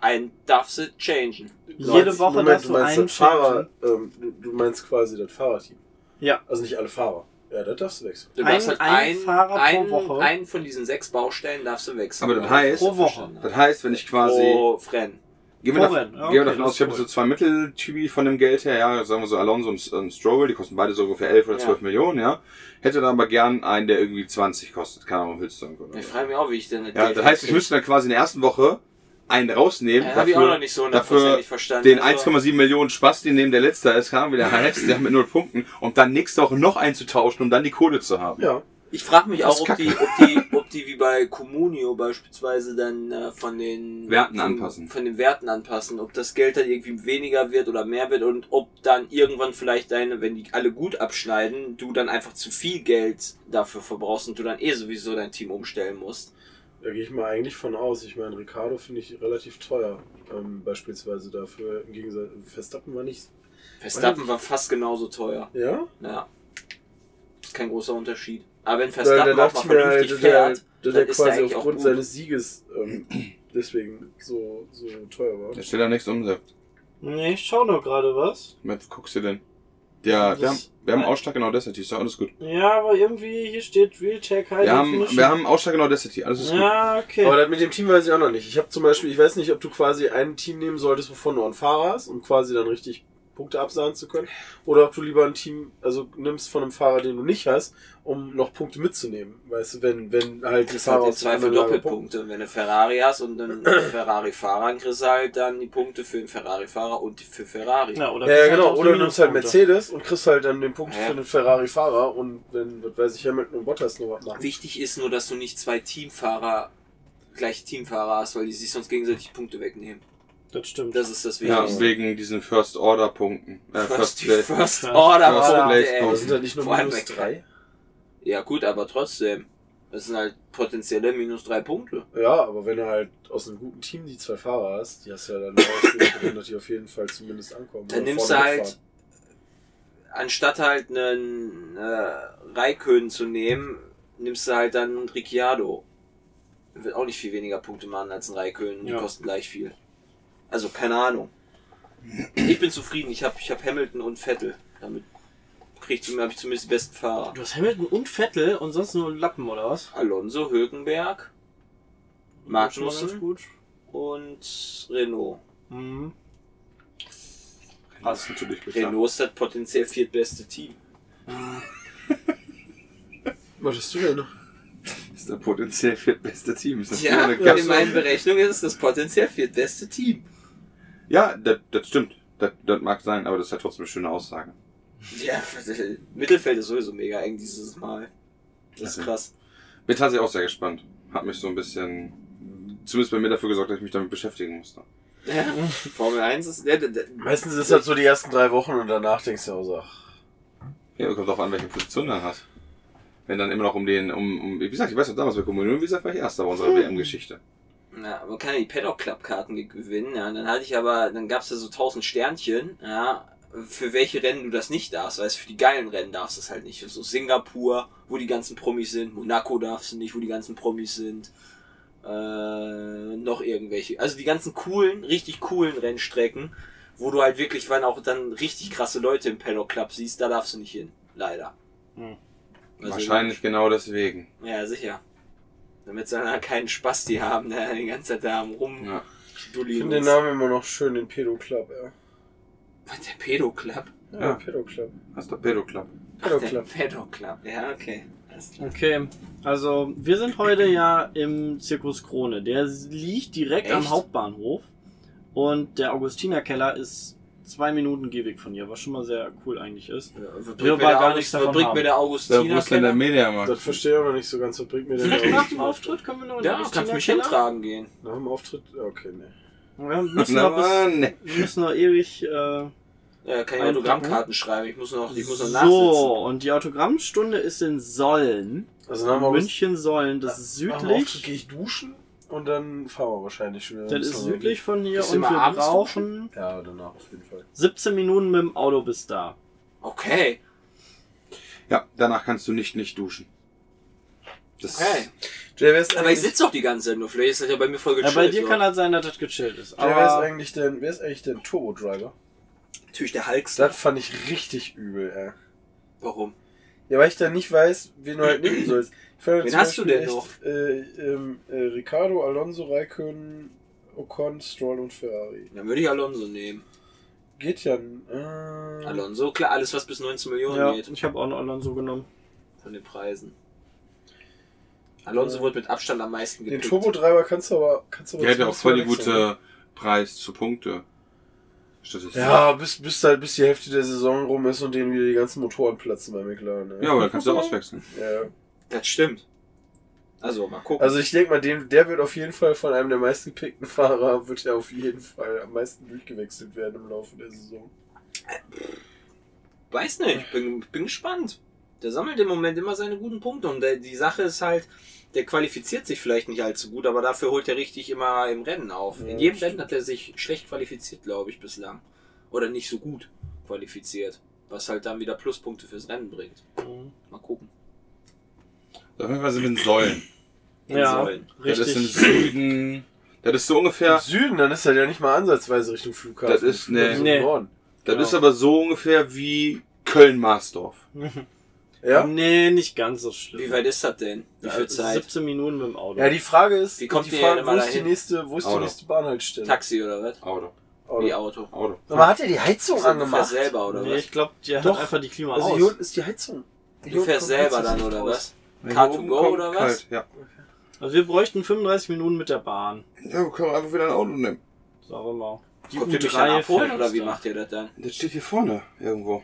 H: Ein darfst du changen.
F: Jede Woche
G: Moment,
F: darfst
G: du
F: du
G: meinst
F: einen
G: das Fahrer,
F: changen.
G: ähm, du- du meinst quasi das Fahrerteam.
F: Ja.
G: Also nicht alle Fahrer. Ja, das darfst du wechseln.
H: Du
F: Ein-
H: darfst halt
F: ein
H: ein,
F: Fahrer pro
H: einen-
F: Woche.
H: einen von diesen sechs Baustellen darfst du wechseln.
E: Aber das heißt-
F: Pro Woche.
H: Verstanden.
E: Das heißt, wenn ich quasi.
H: Pro Rennen.
E: Gehen wir, davon,
F: Torren, ja,
E: gehen wir
F: okay,
E: davon
F: das
E: aus,
F: ist
E: ich habe
F: cool.
E: so zwei Mitteltypi von dem Geld her, ja, sagen wir so Alonso und, und Stroll, die kosten beide so ungefähr 11 oder
H: Ja.
E: 12 Millionen, ja. Hätte dann aber gern einen, der irgendwie 20 kostet, keine Ahnung, Hülstung oder
H: Ich
E: so.
H: frage mich auch, wie ich denn
E: Ja, das heißt, ich müsste dann quasi in der ersten Woche einen rausnehmen,
H: Ja, hab ich auch noch nicht so
E: dafür
H: hundertprozentig verstanden.
E: den
H: Also-
E: 1,7 Millionen Spaß, den neben der letzte ist, kam wieder heißt, der mit null Punkten, um dann nächste Woche noch einzutauschen, um dann die Kohle zu haben.
G: Ja.
H: Ich frage mich
E: Das
H: auch, ob
E: Kacke.
H: die, ob, die, [LAUGHS] ob die wie bei Comunio beispielsweise dann äh, von den
E: Werten
H: von,
E: anpassen.
H: Von den Werten anpassen, ob das Geld dann irgendwie weniger wird oder mehr wird und ob dann irgendwann vielleicht deine, wenn die alle gut abschneiden, du dann einfach zu viel Geld dafür verbrauchst und du dann eh sowieso dein Team umstellen musst.
G: Da gehe ich mal eigentlich von aus. Ich meine, Ricardo finde ich relativ teuer. Ähm, beispielsweise dafür. Im Gegensatz. Verstappen war nicht.
H: Verstappen war fast genauso teuer.
G: Ja?
H: Ja. Ist kein großer Unterschied. Aber wenn
G: Weil da
H: Verstappen auch
G: dachte
H: mal
G: ich mir,
H: vernünftig
G: dass der-
H: fährt,
G: dass
H: dann
G: der
H: ist der
G: quasi
H: eigentlich auch
G: aufgrund
H: gut.
G: seines Sieges ähm, deswegen so, so teuer war.
E: Der stellt ja nichts um, der,
F: Nee, ich schau nur gerade was.
E: was guckst du denn? Ja, wir haben,
F: Das-
E: wir haben einen Ausschlag in Audacity, ist doch alles gut.
F: Ja, aber irgendwie hier steht Real Tech High
E: Wir haben,
F: Definition.
E: wir haben einen Ausschlag in Audacity, alles ist gut.
F: Ja, okay.
G: Aber das mit dem Team weiß ich auch noch nicht. Ich habe zum Beispiel, ich weiß nicht, ob du quasi ein Team nehmen solltest, wovon du einen Fahrer hast, um quasi dann richtig Punkte absahen zu können. Oder ob du lieber ein Team, also nimmst von einem Fahrer, den du nicht hast, um noch Punkte mitzunehmen. Weißt du, wenn, wenn halt die
H: kriegst halt
G: Fahrer
H: im
G: aus der
H: Zweifel
G: anderen Lage
H: Doppelpunkte. Und wenn du Ferrari hast und
G: [CLEARS THROAT]
H: dann Ferrari-Fahrer, dann kriegst du halt dann die Punkte für den Ferrari-Fahrer und für Ferrari.
F: Ja, oder
G: punkten. Ja,
F: kriegst
G: ja, genau.
F: auch die
G: Oder du nimmst halt
F: Minuspunkte.
G: Mercedes und kriegst halt dann den Punkt
H: Ja.
G: für den Ferrari-Fahrer und wenn, was weiß ich, Hamilton und Bottas noch was machen.
H: Wichtig ist nur, dass du nicht zwei Teamfahrer gleich Teamfahrer hast, weil die sich sonst gegenseitig Punkte wegnehmen.
F: Das stimmt.
H: Das ist das
E: Ja,
H: Wichtigste.
E: wegen diesen First Order Punkten. Äh, First,
H: First,
E: Place.
H: first, Order
E: First
H: Punkte,
E: Place
H: Oh, ey.
E: Punkte.
G: Sind da nicht nur
H: Vor allem
G: minus
H: bei-
G: drei?
H: Ja gut, aber trotzdem. Das sind halt potenzielle minus drei Punkte.
G: Ja, aber wenn du halt aus einem guten Team die zwei Fahrer hast, die hast du ja dann auch drin, dass die auf jeden Fall zumindest ankommen.
H: Dann
G: Oder
H: nimmst du
G: vorne
H: halt,
G: mitfahren.
H: anstatt halt einen äh, Raikön zu nehmen, nimmst du halt dann Ricciardo. Der Wird auch nicht viel weniger Punkte machen als ein Raikön. Die
F: Ja.
H: kosten gleich viel. Also keine Ahnung. Ich bin zufrieden. Ich habe ich hab Hamilton und Vettel. Damit krieg ich, zum- hab ich zumindest die besten Fahrer.
F: Du hast Hamilton und Vettel und sonst nur Lappen oder was?
H: Alonso, Hülkenberg,
F: Das ist
H: Magnussen
F: gut.
H: und Renault.
F: Mhm.
E: Passt natürlich bitte.
H: Renault ist das potenziell viertbeste Team.
G: Was hast du denn?
E: ist der potenziell viertbeste Team. Ist das
H: Ja,
E: wieder eine
H: in meinen Berechnungen ist es das potenziell viertbeste Team.
E: ja das, das stimmt. Das, das mag sein, aber das ist ja trotzdem eine schöne Aussage.
H: Ja, [LAUGHS] Mittelfeld ist sowieso mega eng dieses Mal. Das ist krass.
E: Also Bin tatsächlich auch sehr gespannt. hat mich so ein bisschen, zumindest bei mir dafür gesorgt, dass ich mich damit beschäftigen musste.
H: Ja. Formel 1 ist. Ja, d- d-
G: Meistens ist das so die ersten drei Wochen und danach denkst du ja so, ach,
E: Ja, kommt drauf an, welche Position dann hat. Wenn dann immer noch um den, um, um wie gesagt, ich weiß noch damals bei Kommunion, wie gesagt, war ich Erster bei unserer WM-Geschichte.
H: Ja, aber man kann ja die Paddock Club Karten ge- gewinnen. Ja, und dann hatte ich aber, dann gab's da so 1000 Sternchen. Ja, für welche Rennen du das nicht darfst. Weißt, du, für die geilen Rennen darfst du das halt nicht. So Singapur, wo die ganzen Promis sind. Monaco darfst du nicht, wo die ganzen Promis sind. Äh, noch irgendwelche. Also die ganzen coolen, richtig coolen Rennstrecken, wo du halt wirklich, wann auch dann richtig krasse Leute im Paddock Club siehst, da darfst du nicht hin. Leider.
F: Hm.
H: Also-
E: Wahrscheinlich genau deswegen.
H: Ja, sicher. Damit sie dann halt keinen Spaß die haben, der die ganze Zeit da am rum.
E: Ja.
G: ich
H: Dulli
G: finde den
H: und
G: Namen immer noch schön, den Pedo Club, ja.
H: Was, der Pedo Club?
G: Ja,
E: Ja.
G: Pedo Club.
E: Das ist der Pedo Club.
G: Pedo
H: der
G: Club.
H: Pedo Club, ja, okay. Alles klar.
F: Okay, also wir sind heute ja im Zirkus Krone. Der liegt direkt am
H: Echt?
F: Hauptbahnhof und der Augustinerkeller ist zwei Minuten Gehweg von hier, was schon mal sehr cool eigentlich ist. Wir
H: Bringt mir
F: also war
H: der
F: gar
H: August-
F: nichts davon
H: Bringt
F: haben.
H: mir der
E: Wo
H: Augustiner
E: ist denn der
H: Keller?
E: Mediamarkt?
G: Das verstehe ich aber nicht so ganz, was bringt mir denn
F: Vielleicht
G: der
F: nach dem
G: Augustiner?
F: Auftritt können wir noch in den
H: Ja, kannst mich
F: Augustinerkeller?
H: hintragen gehen.
G: Nach dem Auftritt? Ja, Okay, ne.
F: Wir müssen
E: Na,
F: noch, bis,
E: Mann, nee.
F: wir müssen noch ewig. Äh,
H: Ja, kann ich
F: Einpacken.
H: Autogrammkarten schreiben. Ich muss noch, Also ich muss noch nachsitzen.
F: so, und die Autogrammstunde ist in Sollen.
G: Also nach dem August-
F: München Sollen, das ist
G: nach dem Auftritt gehe
F: südlich.
G: ich duschen und dann fahren wir wahrscheinlich schon wieder.
F: Das ist
G: Müssen wir
F: südlich von hier
H: Bist du
F: und wir
H: immer abends
F: brauchen
G: gehen. Ja, danach auf jeden Fall.
F: 17 Minuten mit dem Auto bis da.
H: Okay,
E: Ja, danach kannst du nicht nicht duschen. Das
H: okay.
G: Jay, wer ist
H: Aber ich
G: eigentlich-
H: sitze doch die ganze Zeit nur. Vielleicht ist das ja bei mir voll
F: Ja,
H: gechillt.
F: bei dir
H: so.
F: kann das sein, dass das gechillt ist.
G: Jay, wer ist
F: Aber
G: eigentlich denn, wer ist eigentlich denn Turbo Driver?
H: natürlich der Hulkster.
G: Das fand ich richtig übel, ey.
H: Warum?
G: Ja, weil ich dann nicht weiß, wen du halt
H: [CLEARS THROAT]
G: nehmen sollst. Ich fand
H: Wen
G: zum
H: hast du
G: Beispiel
H: denn
G: echt,
H: noch?
G: Äh, ähm, äh, Ricardo, Alonso, Raikön, Ocon, Stroll und Ferrari.
H: Dann würde ich Alonso nehmen.
G: Geht ja. Äh,
H: Alonso, klar, alles was bis 19 Millionen
F: ja,
H: geht.
F: ich habe auch einen Alonso genommen.
H: Von den Preisen. Alonso wurde mit Abstand am meisten
G: Den
H: gepickt.
G: Turbotreiber kannst du aber. Kannst du aber
E: Der hätte auch
G: zumindest
E: voll die
G: mal wechseln.
H: ne?
E: gute Preis zu Punkte. Statistik.
G: Ja, bis, bis halt bis die Hälfte der Saison rum ist und denen wieder die ganzen Motoren platzen bei McLaren. ey.
E: Ja, aber dann kannst du auswechseln.
G: Ja.
H: Das stimmt. Also, mal gucken.
G: Also ich denke mal, dem, der wird auf jeden Fall von einem der meisten gepickten Fahrer, wird ja auf jeden Fall am meisten durchgewechselt werden im Laufe der Saison.
H: Weiß nicht, ich bin, ich bin gespannt. Der sammelt im Moment immer seine guten Punkte und der, die Sache ist halt, der qualifiziert sich vielleicht nicht allzu gut, aber dafür holt er richtig immer im Rennen auf.
G: Ja,
H: In jedem
G: stimmt.
H: Rennen hat er sich schlecht qualifiziert, glaube ich, bislang. Oder nicht so gut qualifiziert, was halt dann wieder Pluspunkte fürs Rennen bringt. Mal gucken.
E: Auf jeden Fall sind wir in Säulen.
F: Ja,
H: Sollen.
E: Das ist im
F: richtig.
E: Süden. Das ist so ungefähr
G: Im Süden, dann ist er ja nicht mal ansatzweise Richtung Flughafen.
E: Das ist- nee.
G: im
F: Nee.
G: Norden.
E: Das
F: Genau.
E: ist aber so ungefähr wie Köln-Marsdorf.
G: Ja?
F: Nee, nicht ganz so
H: Wie
F: schlimm.
H: weit ist das denn? Wie viel Zeit?
F: 17 Minuten mit dem Auto.
G: Ja, die Frage ist,
H: Wie kommt
G: die
H: ihr
G: Frage,
H: denn
G: wo
H: mal
G: ist die
H: dahin?
G: nächste, wo ist die
E: Auto.
G: nächste Bahnhaltestelle?
H: Taxi oder was?
E: Auto.
G: Auto.
H: Wie Auto?
E: Auto.
G: Sag mal, hat er die Heizung
H: Du fährst
G: angemacht?
H: selber oder
F: nee,
H: was?
F: ich glaube, die hat
G: Doch.
F: einfach die Klima
G: Also
F: aus.
G: hier unten ist die Heizung. Hier
H: Du
G: unten
H: fährst
G: kommt
H: selber
G: Heizung
H: dann
G: nicht
H: oder
G: raus.
H: was? Car to go oder was?
E: Ja.
F: Also wir bräuchten 35 Minuten mit der Bahn.
E: Ja, wir können einfach wieder ein Auto nehmen.
F: Sagen wir mal. Die
H: Kommt ihr mich dann abholen
F: fährt
H: oder wie
F: da.
H: macht ihr das dann?
E: Das steht hier vorne irgendwo.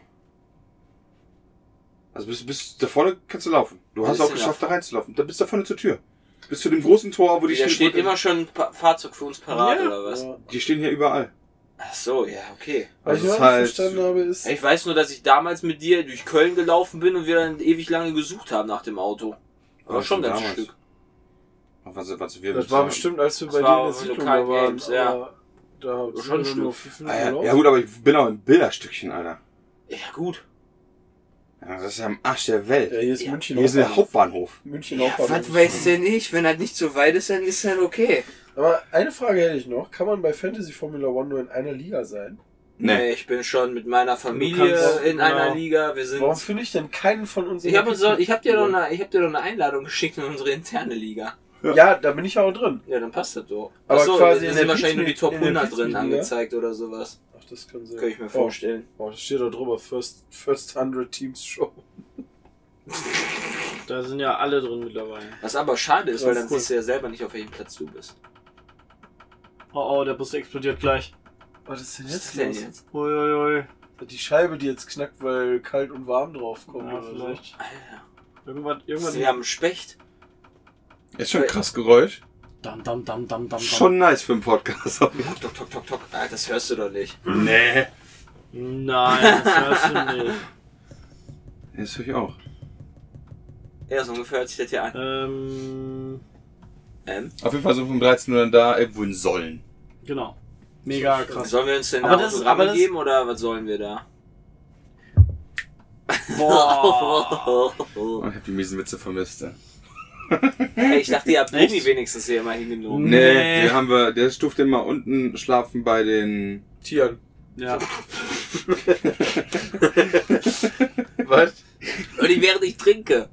E: Also bis, bis da vorne kannst du laufen. Du
H: Was
E: hast
H: ist
E: auch
H: denn
E: geschafft,
H: da
E: da reinzulaufen. Da bist du da vorne zur Tür. Bis zu dem großen Tor, wo die
H: Da steht immer schon ein Pa- Fahrzeug für uns parat
F: Ja.
H: oder was?
G: Ja.
E: Die stehen hier überall.
H: Ach so, ja, okay.
G: Was
E: Also
G: ich
E: es ist
G: auch nicht
E: halt-
G: verstanden habe, ist,
H: Ich weiß nur, dass ich damals mit dir durch Köln gelaufen bin und wir dann ewig lange gesucht haben nach dem Auto. War
E: Was
H: schon
E: denn
H: ein ganzes
E: Also damals?
H: Stück.
E: Was, was wir
G: das
E: bezahlen.
G: war bestimmt, als wir
H: Das
G: bei
H: war
G: dir in der
H: auch
G: Siedlung
H: lokal
G: da waren.
H: Games, ja.
G: aber Da
H: schon
G: sind wir
H: schlimm.
G: nur fünf Minuten
E: Ah, ja,
G: gelaufen.
E: ja gut, aber ich bin auch im Bilderstückchen, Alter.
H: Ja, gut.
E: Ja, das ist ja am Arsch der
G: Ja,
E: Welt.
G: hier ist
H: Ja.
G: München
E: Hier ist der
G: Hauptbahnhof.
E: Hauptbahnhof.
G: München Hauptbahnhof.
H: denn ich? Wenn das nicht so weit ist, dann ist das okay.
G: Aber eine Frage hätte ich noch. Kann man bei Fantasy Formula One nur in einer Liga sein?
H: Nee.
E: Nee.
H: ich bin schon mit meiner Familie
F: kannst-
H: in
F: genau.
H: einer Liga. Wir sind.
G: Warum finde ich denn keinen von uns in
H: Ich
G: der
H: habe so,
G: Liga?
H: ich hab dir, doch eine- ich hab dir doch eine Einladung geschickt in unsere interne Liga.
G: Ja, da bin ich ja auch drin.
H: Ja, dann passt das doch.
G: Aber
H: Achso,
G: quasi
H: da
G: in
H: sind
G: der
H: wahrscheinlich nur die
G: Beats-
H: Top
G: in der
H: 100 drin
G: Beats-Liga?
H: angezeigt oder sowas.
G: Ach, das kann sein.
H: Könnte ich mir vorstellen.
G: Oh, oh, da steht da drüber. First, First 100 Teams Show.
F: Da sind ja alle drin mittlerweile.
H: Was aber schade ist,
G: Ja,
H: weil dann
G: cool.
H: siehst du ja selber nicht, auf welchem Platz du bist.
F: Oh oh, der Bus explodiert gleich.
G: Was ist denn
H: Was
G: jetzt
H: ist denn
G: los?
H: jetzt?
F: Uiuiui.
G: Die Scheibe, die jetzt knackt, weil kalt und warm drauf kommt.
F: Ah, Ja,
G: oder so.
F: vielleicht.
H: Alter.
F: Irgendwas,
H: Ist
F: irgendwas.
H: der am Specht?
E: Ist schon ein krass Geräusch.
F: Dam, dam, dam, dam, dam, dam.
E: Schon nice für einen Podcast. [LAUGHS]
H: Tok, tok, tok, tok, tok. Ah, das hörst du doch nicht.
E: nee.
F: Nein, das hörst du nicht. [LAUGHS]
E: Das höre ich auch.
H: Ja, so ungefähr hört sich das hier an.
F: Ähm,
H: Ähm,
E: Auf jeden Fall sind wir um 13 Uhr dann da irgendwo in Sollen.
F: genau. Mega
H: [LAUGHS]
F: krass.
H: sollen wir uns denn
F: Aber
H: da
F: das-
H: Autogramme
F: aber das-
H: geben oder was sollen wir da?
F: Boah.
E: Oh, ich habe die miesen Witze vermisst. ja.
H: Hey, ich
F: [LAUGHS]
H: dachte, ihr habt
F: Echt?
H: Gummi wenigstens hier mal hingenommen.
E: Nee,
F: Nee.
E: die haben wir, der stuft immer unten schlafen bei den.
G: Tieren.
F: Ja.
G: Was?
H: Und ich während ich trinke.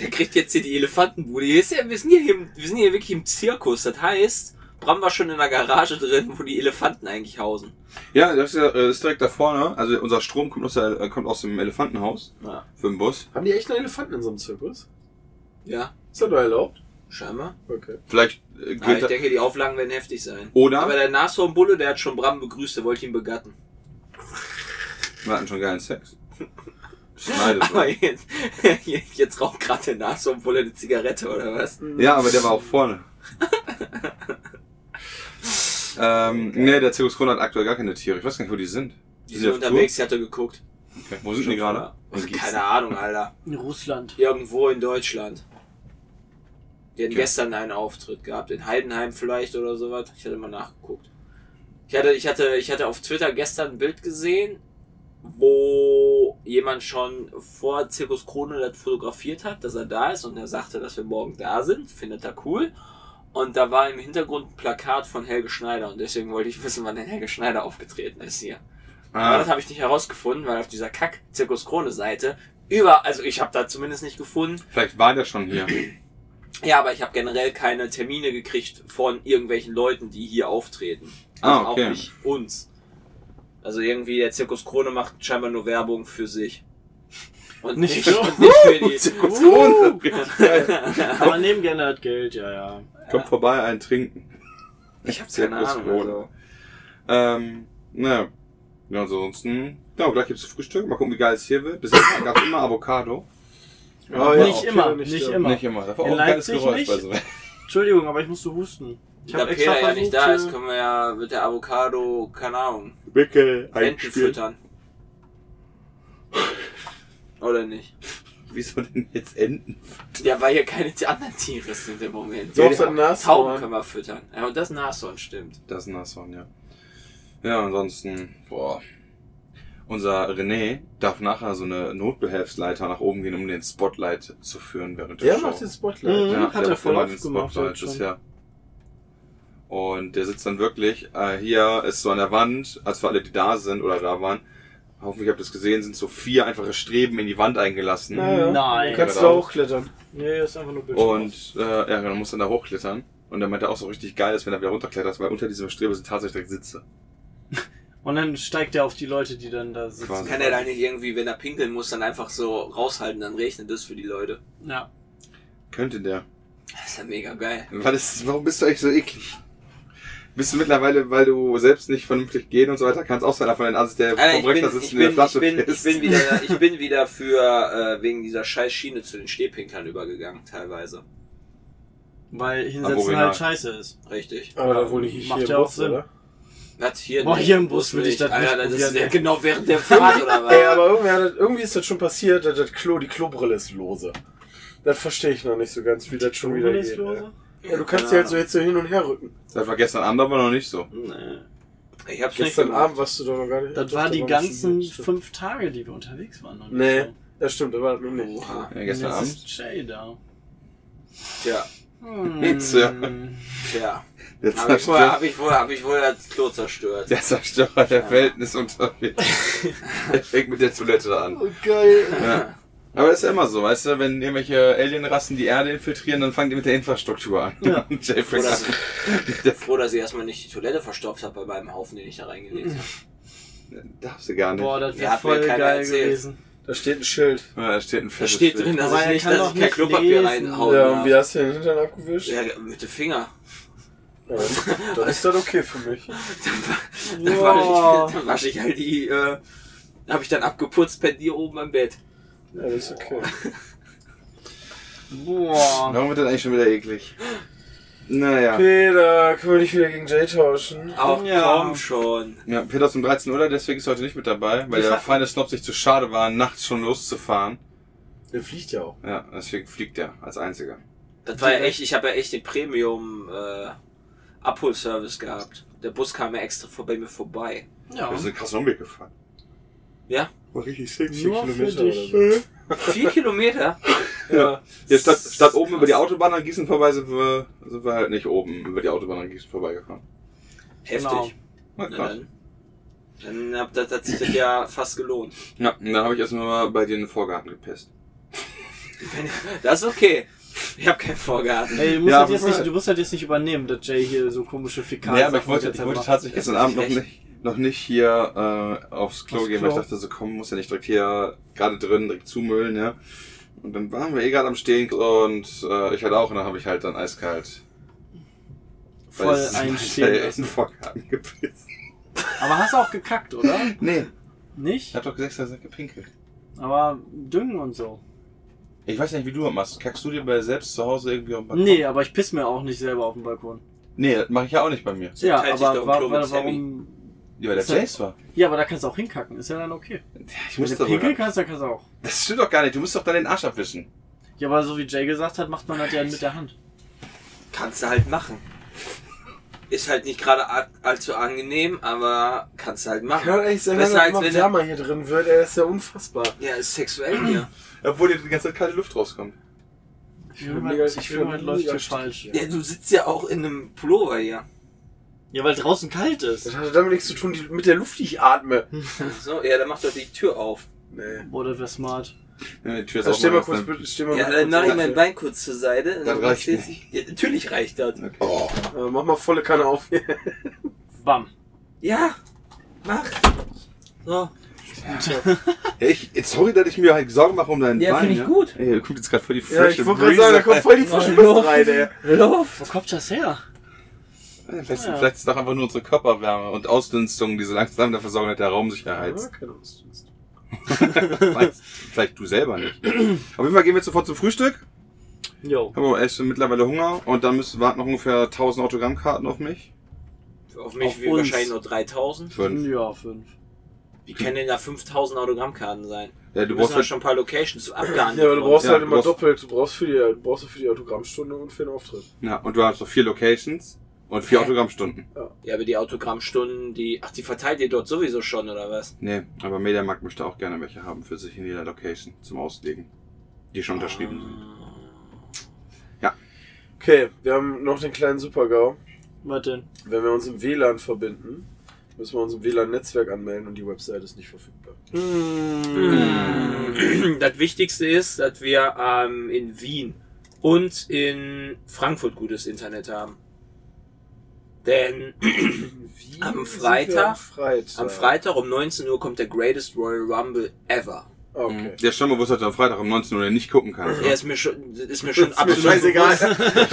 H: Der kriegt jetzt hier die Elefantenbude. Hier ist ja, wir, sind hier im, wir sind hier wirklich im Zirkus. Das heißt, Bram war schon in der Garage drin, wo die Elefanten eigentlich hausen.
E: Ja, das ist, ja, äh, ist direkt da vorne. Also unser Strom kommt aus, der, äh, kommt aus dem Elefantenhaus
H: Ja.
E: für den Bus.
G: Haben die echt einen Elefanten in so einem Zirkus?
H: ja
G: Ist das doch erlaubt?
H: scheinbar.
G: Okay.
E: Vielleicht äh,
H: Ah, ich
E: gilt
H: denke, die Auflagen werden heftig sein.
E: Oder?
H: Aber der Nashornbulle, der hat schon Bram begrüßt, der wollte ihn begatten.
E: Wir hatten schon geilen Sex. Schneidet.
H: Aber
E: oder?
H: [LAUGHS] jetzt, jetzt raucht gerade der Nashornbulle eine Zigarette oder was?
E: ja, aber der war auch
H: [LAUGHS]
E: vorne. ähm, Nee, der Zirkus Krone hat aktuell gar keine Tiere. Ich weiß gar nicht, wo die sind.
H: Die sind unterwegs, die hat er geguckt.
E: Tour? Okay. Wo sind die gerade? In Gießen.
H: Also Keine Ahnung, Alter.
F: In Russland.
H: Irgendwo in Deutschland. Die hatten
E: Okay.
H: gestern einen Auftritt gehabt, in Heidenheim vielleicht oder sowas. Ich hatte mal nachgeguckt. Ich hatte, ich hatte, ich hatte auf Twitter gestern ein Bild gesehen, wo jemand schon vor Zirkus Krone das fotografiert hat, dass er da ist und er sagte, dass wir morgen da sind. Findet er cool. Und da war im Hintergrund ein Plakat von Helge Schneider und deswegen wollte ich wissen, wann der Helge Schneider aufgetreten ist hier. Aber
E: Ah,
H: das habe ich nicht herausgefunden, weil auf dieser Kack-Zirkus-Krone-Seite über, also ich habe da zumindest nicht gefunden.
E: vielleicht war der schon
H: [LAUGHS]
E: hier.
H: Ja, aber ich habe generell keine Termine gekriegt von irgendwelchen Leuten, die hier auftreten. Also
E: Ah,
H: Auch
E: okay.
H: nicht uns. Also irgendwie der Zirkus Krone macht scheinbar nur Werbung für sich. Und nicht,
F: für-
H: und nicht für die.
E: Zirkus [LAUGHS] Krone. Richtig geil.
F: Aber nehmen gerne das Geld, ja, ja.
E: Kommt vorbei, einen trinken. [LAUGHS]
H: Ich habe keine
E: Zirkus
H: Ahnung. Also.
E: Krone. Ähm, naja. Ja, ansonsten. Ja, gleich gibt's Frühstück. Mal gucken, wie geil es hier wird. Bis jetzt gab's immer Avocado.
G: Oh, ja,
F: nicht
G: okay,
F: immer,
G: nicht
F: nicht,
G: immer.
F: immer.
E: Nicht immer. Das war auch
F: In
E: ein geiles
F: Leipzig
E: Geräusch bei
F: nicht.
E: so [LAUGHS]
F: Entschuldigung, aber ich musste husten. Ich
H: Da
F: habe extra
H: Peter ja
F: versucht,
H: nicht da ist,
F: äh,
H: können wir ja mit der Avocado, keine Ahnung,
E: Wickel
H: Enten füttern. Oder nicht?
E: Wieso denn jetzt Enten?
H: Ja, weil hier keine anderen Tiere sind im Moment.
G: Doch,
H: Ja,
G: so ein Nashorn.
H: Tauben können wir füttern. Ja, und das Nashorn stimmt.
E: Das ist ein Nashorn, ja. Ja, ansonsten, boah. Unser René darf nachher so eine Notbehelfsleiter nach oben gehen, um den Spotlight zu führen während der
G: Der
E: Show.
G: macht den Spotlight.
F: Mhm.
E: Ja,
F: Hat
E: der
F: er
E: macht
F: voll
E: immer
F: oft
E: den
F: gemacht,
E: Spotlight
F: jetzt schon.
E: bisher. Und der sitzt dann wirklich, äh, hier ist so an der Wand, als für alle, die da sind oder da waren, hoffentlich habt ihr es gesehen, sind so vier einfache Streben in die Wand eingelassen.
G: Naja.
F: Nein.
G: Du kannst da hochklettern.
F: Nee, ist einfach nur Bildschirm.
E: Und äh, ja, genau, muss dann da hochklettern. Und dann meinte er auch so richtig geil ist, wenn er wieder runterklettert, weil unter diesem Strebe sind tatsächlich direkt Sitze.
F: Und dann steigt er auf die Leute, die dann da sitzen.
E: Quasi.
H: Kann er da nicht irgendwie, wenn er pinkeln muss, dann einfach so raushalten, dann regnet es für die Leute.
F: Ja.
E: Könnte der.
H: Das ist ja mega geil.
E: Weil das, warum bist du eigentlich so eklig? Bist du mittlerweile, weil du selbst nicht vernünftig gehen und so weiter kannst, auch sein, von den Ansicht, der
H: Alter,
E: vom
H: Äh, ich, bin,
E: Rechner
H: ich,
E: sitzt und in der
H: bin, ich,
E: Flasche
H: bin, ich,
E: fest.
H: bin wieder, ich bin wieder für äh, wegen dieser scheiß Schiene zu den Stehpinklern übergegangen, teilweise.
F: Weil
E: Am
F: hinsetzen
E: Original.
F: halt scheiße ist.
H: Richtig.
G: Aber da wohl nicht
F: Macht
G: hier
F: ja
G: im
F: auch
G: Bus,
F: Sinn.
G: oder?
H: Was hier?
F: Boah,
H: nicht.
F: hier im Bus würde ich das nicht
H: Alter, das ist
F: probieren,
H: ja
F: ey.
H: genau während [LAUGHS] der Fahrt oder was?
G: Ey, aber irgendwie, hat das, irgendwie ist das schon passiert, dass das Klo, die Klobrille ist lose. Das verstehe ich noch nicht so ganz, wie das schon wieder geht.
F: Lose?
G: Ja, du kannst die halt so jetzt so hin und her rücken.
E: Das war gestern Abend aber noch nicht so.
F: Nee.
H: Ich hab's nicht
G: Gestern
H: gemacht.
G: Abend warst du doch noch gar nicht.
F: Das
G: doch,
F: waren
G: da
F: die
G: war noch
F: ganzen
G: schon-
F: fünf Tage, die wir unterwegs waren. noch nicht
G: Nee,
F: so.
G: das stimmt, da war das noch nicht.
H: Oha.
E: Ja, gestern
F: Jetzt
E: Abend.
F: ist Jay da.
H: Tja,
E: Jetzt, äh, ja.
G: [LAUGHS]
H: tja.
E: Der
H: Habe ich, wohl-
E: Zerstör-
H: Hm. hab ich, wohl- hab ich wohl das Klo zerstört.
E: der Zerstörer der Welten ist
H: [LAUGHS]
E: unterwegs. Er fängt mit der Toilette an.
H: Oh,
F: Geil.
E: Ja. Aber ist ja immer so, weißt du, wenn irgendwelche Alienrassen die Erde infiltrieren, dann fangen die mit der Infrastruktur an.
F: Ja.
E: [LAUGHS] Und Jay fängt
H: Oder
E: an.
H: so. Froh, dass ich erstmal nicht die Toilette verstopft habe bei meinem Haufen, den ich da reingelegt habe.
E: Darfst du gar nicht.
F: Boah, das
H: Ja,
F: wäre
H: hat mir
F: voll
H: keiner
F: geil
H: erzählt. [LAUGHS]
F: gewesen.
G: Da steht ein Schild.
E: Ja, da steht ein
H: Da
E: fettes
H: steht
E: Bild.
H: drin, dass
F: Aber
H: ich
F: er
H: nicht,
F: kann
H: dass
F: doch
H: ich kein
F: nicht
H: Klopapier
F: lesen.
H: reinhauen
G: Oh, Ja, und wie
H: darf.
G: hast du den Hintern abgewischt? Ja.
H: Ja, mit dem [LAUGHS] Finger.
G: Dann ist das okay für mich.
H: Dann wasche ich, [LAUGHS] dann wasch ich halt die, äh, habe ich dann abgeputzt bei dir oben am Bett.
G: Ja, das ist okay.
F: Boah.
E: Warum wird das eigentlich schon wieder eklig? Naja.
G: Peter, können wir dich wieder gegen Jay tauschen?
H: Auch
F: Ja.
H: komm schon.
E: Ja, Peter ist um 13 Uhr, da, deswegen ist er heute nicht mit dabei, weil der feine Snob sich zu schade war, nachts schon loszufahren.
G: Der fliegt ja auch.
E: Ja, deswegen fliegt er als einziger.
H: Das war ja echt, ich habe ja echt den Premium äh, Abholservice gehabt. Der Bus kam ja extra vor, bei mir vorbei.
F: Ja.
E: Wir sind krass Umweg gefahren.
H: Ja?
E: War richtig sexy.
G: Vier Kilometer oder so.
H: [LAUGHS] Vier Kilometer?
E: Ja. ja statt, statt oben über die Autobahn an Gießen vorbei sind wir, sind wir halt nicht oben über die Autobahn an Gießen vorbeigefahren.
H: Heftig.
F: Genau.
E: Na
H: Na
E: krass.
H: dann. Dann hab, das, hat sich das ja fast gelohnt.
E: Ja, und dann habe ich erstmal mal bei dir in den Vorgarten gepisst.
H: Das ist okay. Ich habe keinen Vorgarten.
F: Ey, du musst,
E: Ja,
F: halt jetzt
E: aber-
F: nicht, du musst halt jetzt nicht übernehmen, dass Jay hier so komische Fäkalien.
E: ja, aber ich wollte, ich wollte tatsächlich
H: Das
E: gestern
H: ist
E: Abend noch
H: nicht
E: nicht, noch nicht hier äh, aufs Klo
F: Aufs
E: gehen, weil ich
F: Klo.
E: dachte, so komm, muss ja nicht direkt hier gerade drin, direkt zumüllen, ja. Und dann waren wir eh gerade am Stehen und äh, ich halt auch und dann habe ich halt dann eiskalt weil
F: voll
E: es- [LAUGHS]
F: einstehen
E: in den
F: lassen.
E: Vorgarten [LAUGHS] gepisst.
F: Aber hast du auch
E: [LAUGHS]
F: gekackt, oder?
E: Nee, ich
F: Nicht?
E: habe doch gesagt, dass er gepinkelt.
F: Aber Düngen und so.
E: Ich weiß nicht, wie du das machst. Kackst du dir bei dir selbst zu Hause irgendwie auf den Balkon?
F: Nee, aber ich piss mir auch nicht selber auf dem Balkon.
E: Nee, das mache ich ja auch nicht bei mir.
H: Sie
F: Ja,
H: teilt sich
E: um
F: aber
H: doch ein
F: wa
H: Klo mit
F: wa
H: Sammy.
F: warum.
E: Ja, weil der
F: Ist ja-
E: Jace war.
F: Ja, aber da kannst du auch hinkacken, ist ja dann okay.
E: Ja, ich
F: Wenn
E: muss
F: du
E: darüber-
F: pinkeln kannst, dann kannst du auch.
E: Das stimmt doch gar nicht. Du musst doch dann den Arsch abwischen.
F: Ja, aber so wie Jay gesagt hat, macht man das ja mit der Hand.
H: Kannst du halt machen. Ist halt nicht gerade a- allzu angenehm, aber kannst du halt machen.
G: Kann eigentlich sein, dass
H: Besser
G: es
H: als
G: immer
H: wenn er,
G: wärmer hier drin wird. Ey, das ist ja unfassbar.
H: Ja, ist sexuell hier.
E: Obwohl dir die ganze Zeit kalte Luft rauskommt.
F: Irgendwas irgendwas läuft hier falsch.
H: Ja, du sitzt ja auch in einem Pullover hier.
F: Ja, weil draußen kalt ist.
G: Das hatte damit nichts zu tun die, mit der Luft, die ich atme.
H: So, ja, dann mach doch die Tür auf.
G: Nee.
F: Boah, das wäre smart.
E: Ja, die Tür ist
G: Also
E: auch
G: steh mal
E: mal
G: kurz,
E: ganz
G: bitte, steh mal
H: Ja,
G: kurz
H: dann mach ich
G: auf.
H: mein Bein kurz zur Seite.
E: Das
H: dann
E: reicht
H: steht sie- Ja, natürlich reicht das.
G: Äh, mach mal volle Kanne auf.
F: Bam.
H: Ja, mach. So.
E: Ey, ich, jetzt sorry, dass ich mir halt Sorgen mache um deinen
H: Ja,
E: Bein.
H: find ich gut.
E: Ey, du guckst jetzt gerade voll die
G: ja,
E: frische
G: ich wollte gerade sagen, da kommt voll
E: [LAUGHS]
G: die frische Luft rein, ey.
H: Luft.
F: Wo kommt das her?
E: Äh, Vielleicht,
F: Ja.
E: vielleicht ist es doch einfach nur unsere Körperwärme und Ausdünstung, die so langsam dafür sorgen, dass der Raum sich erheizt. [LAUGHS] Weißt- vielleicht du selber nicht. Auf jeden Fall gehen wir jetzt sofort zum Frühstück.
F: Jo.
E: Haben aber echt mittlerweile Hunger und dann müssen, warten noch ungefähr 1000 Autogrammkarten auf mich.
H: Auf mich
F: Auf
H: wie
F: uns.
H: wahrscheinlich nur 3000.
E: Fünf.
F: Ja, fünf.
H: Wie können denn da 5000 Autogrammkarten sein?
E: Ja,
H: Du
E: du
H: brauchst
E: brauchst
H: halt
E: halt
H: schon ein paar Locations abgehandelt.
G: Ja, aber du brauchst
E: Ja,
G: halt
E: du
G: immer
E: brauchst-
G: doppelt. Du brauchst für die, du brauchst für die Autogrammstunde und für den Auftritt.
E: halt, ja, und du hast noch vier Locations und vier
H: Hä?
E: Autogrammstunden.
H: ja, aber die Autogrammstunden, die. Ach, die verteilt ihr dort sowieso schon, oder was?
E: Nee, aber Mediamarkt möchte auch gerne welche haben für sich in jeder Location zum Auslegen, die schon unterschrieben sind.
H: Ah.
G: Okay, wir haben noch den kleinen Super-GAU.
F: Was denn?
G: Wenn wir uns im WLAN verbinden, müssen wir uns im WLAN-Netzwerk anmelden und die Website ist nicht verfügbar.
H: Hm. Das Wichtigste ist, dass wir ähm, in Wien und in Frankfurt gutes Internet haben. Denn [CLEARS THROAT]
G: Wie
H: Am
G: sind wir
H: Freitag?
G: Am Freitag.
H: am Freitag um 19 Uhr kommt der Greatest Royal Rumble ever.
G: Ah,
H: Mhm.
G: Okay.
E: Ja, schon mal, wo es heute am Freitag um 19 Uhr nicht gucken kann.
H: Der ist mir schon, das ist mir schon
G: [LAUGHS] [LAUGHS] Ist mir
H: absolut
G: scheißegal.
H: bewusst.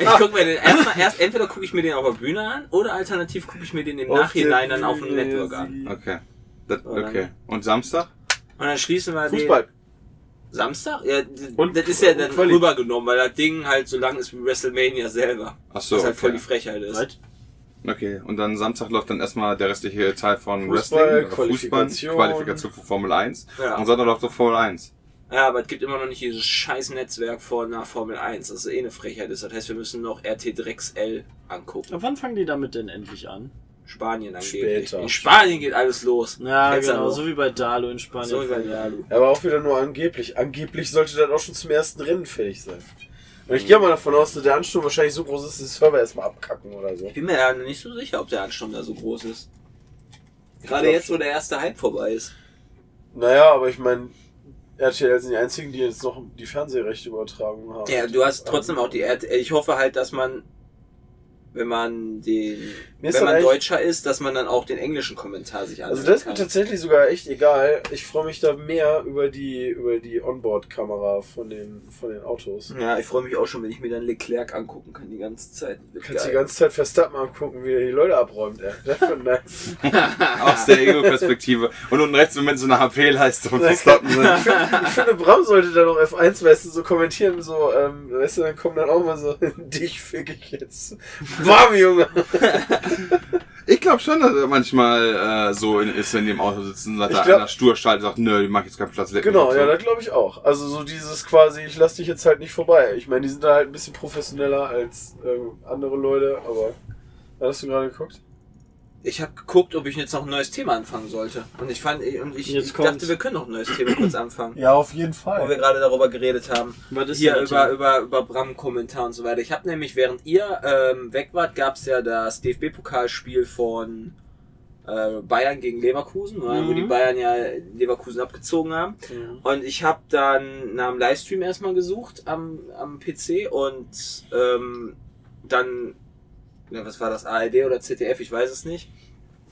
H: Ich guck mir den erstmal erst, entweder gucke ich mir den auf der Bühne an oder alternativ gucke ich mir den im
G: Auf
H: Nachhinein
G: der
H: dann auf dem
G: Bühne
H: Network an.
G: sie-
E: Okay. Das,
H: Oh, dann-
E: okay. Und Samstag?
H: Und dann schließen wir
G: Fußball.
H: den Samstag? Ja, d-
G: Und-
H: das ist ja dann
G: und Quali.
H: rübergenommen, weil das Ding halt so lang ist wie WrestleMania selber.
E: Ach so,
H: Was halt voll
E: okay.
H: die Frechheit ist.
F: Was?
E: Okay. Und dann Samstag läuft dann erstmal der restliche Teil von
G: Fußball,
E: Wrestling, oder
G: Qualifikation.
E: Qualifikation für Formel 1.
H: Ja.
E: Und Sonntag läuft doch Formel 1.
H: Ja, aber es gibt immer noch nicht dieses scheiß Netzwerk von einer Formel 1, das eh eine Frechheit ist. Das heißt, wir müssen noch RT Drex L angucken.
F: Ab wann fangen die damit denn endlich an?
H: Spanien angeblich.
G: Später.
H: In Spanien geht alles los.
F: Na,
H: Kennst du
F: genau,
H: aber.
F: so wie bei Dalo in Spanien.
H: So wie bei Dalu.
G: Aber auch wieder nur angeblich. Angeblich sollte dann auch schon zum ersten Rennen fertig sein. Und ich gehe mal davon aus, dass der Ansturm wahrscheinlich so groß ist, dass die Server erstmal abkacken oder so.
H: Ich bin mir da nicht so sicher, ob der Ansturm da so groß ist. Gerade
G: glaub
H: jetzt, wo der erste Hype vorbei ist.
G: Naja, aber ich meine, RTL sind die einzigen, die jetzt noch die Fernsehrechte übertragen haben.
H: Ja, du hast trotzdem auch die RT. Ich hoffe halt, dass man wenn man den,
G: Mir ist
H: wenn
G: dann
H: man
G: eigentlich-
H: Deutscher ist, dass man dann auch den englischen Kommentar sich anschaut.
G: Also das ist mir tatsächlich sogar echt egal. Ich freue mich da mehr über die über die Onboard-Kamera von den von den Autos.
H: Ja, ich freue mich auch schon, wenn ich mir dann Leclerc angucken kann die ganze Zeit.
G: Du
H: Wird
G: kannst die
H: geil.
G: ganze Zeit Verstappen angucken, wie er die Leute abräumt. Ey. Das wird
H: [LAUGHS]
G: nice.
E: Aus der Ego-Perspektive. Und unten rechts, wenn so eine HP-Leiste und Verstappen sind.
G: Ich finde, Bram sollte da noch F1, weißt du, so kommentieren, so, ähm, weißt du, dann kommen dann auch mal so, [LAUGHS] dich fick ich jetzt. Bam, Junge!
E: Ich glaube schon, dass er manchmal äh, so in, ist, wenn die im Auto sitzen, sagt
G: Ich
E: da
G: glaub-
E: einer stur schaltet und sagt, nö, die macht jetzt keinen Platz. leck mich
G: Genau,
E: und
G: ja,
E: so.
G: das glaube ich auch. Also so dieses quasi, ich lass dich jetzt halt nicht vorbei. Ich meine, die sind da halt ein bisschen professioneller als ähm, andere Leute, aber... Hattest du gerade geguckt?
H: Ich habe geguckt, ob ich jetzt noch ein neues Thema anfangen sollte. Und ich fand und ich,
F: Jetzt
H: ich
F: kommt's.
H: dachte, wir können noch ein neues Thema kurz anfangen.
G: Ja, auf jeden
H: Wo wir
G: Fall.
H: gerade darüber geredet haben.
F: Was ist
H: Hier
F: denn das
H: über,
F: hier?
H: über, über Bram-Kommentar und so weiter. Ich habe nämlich, während ihr ähm, weg wart, gab es ja das DFB-Pokalspiel von äh, Bayern gegen Leverkusen, oder? wo
F: Mhm.
H: die Bayern ja Leverkusen abgezogen haben. Und ich habe dann nach dem Livestream erstmal gesucht am, am PC und ähm, dann, na, was war das, ARD oder ZDF, ich weiß es nicht.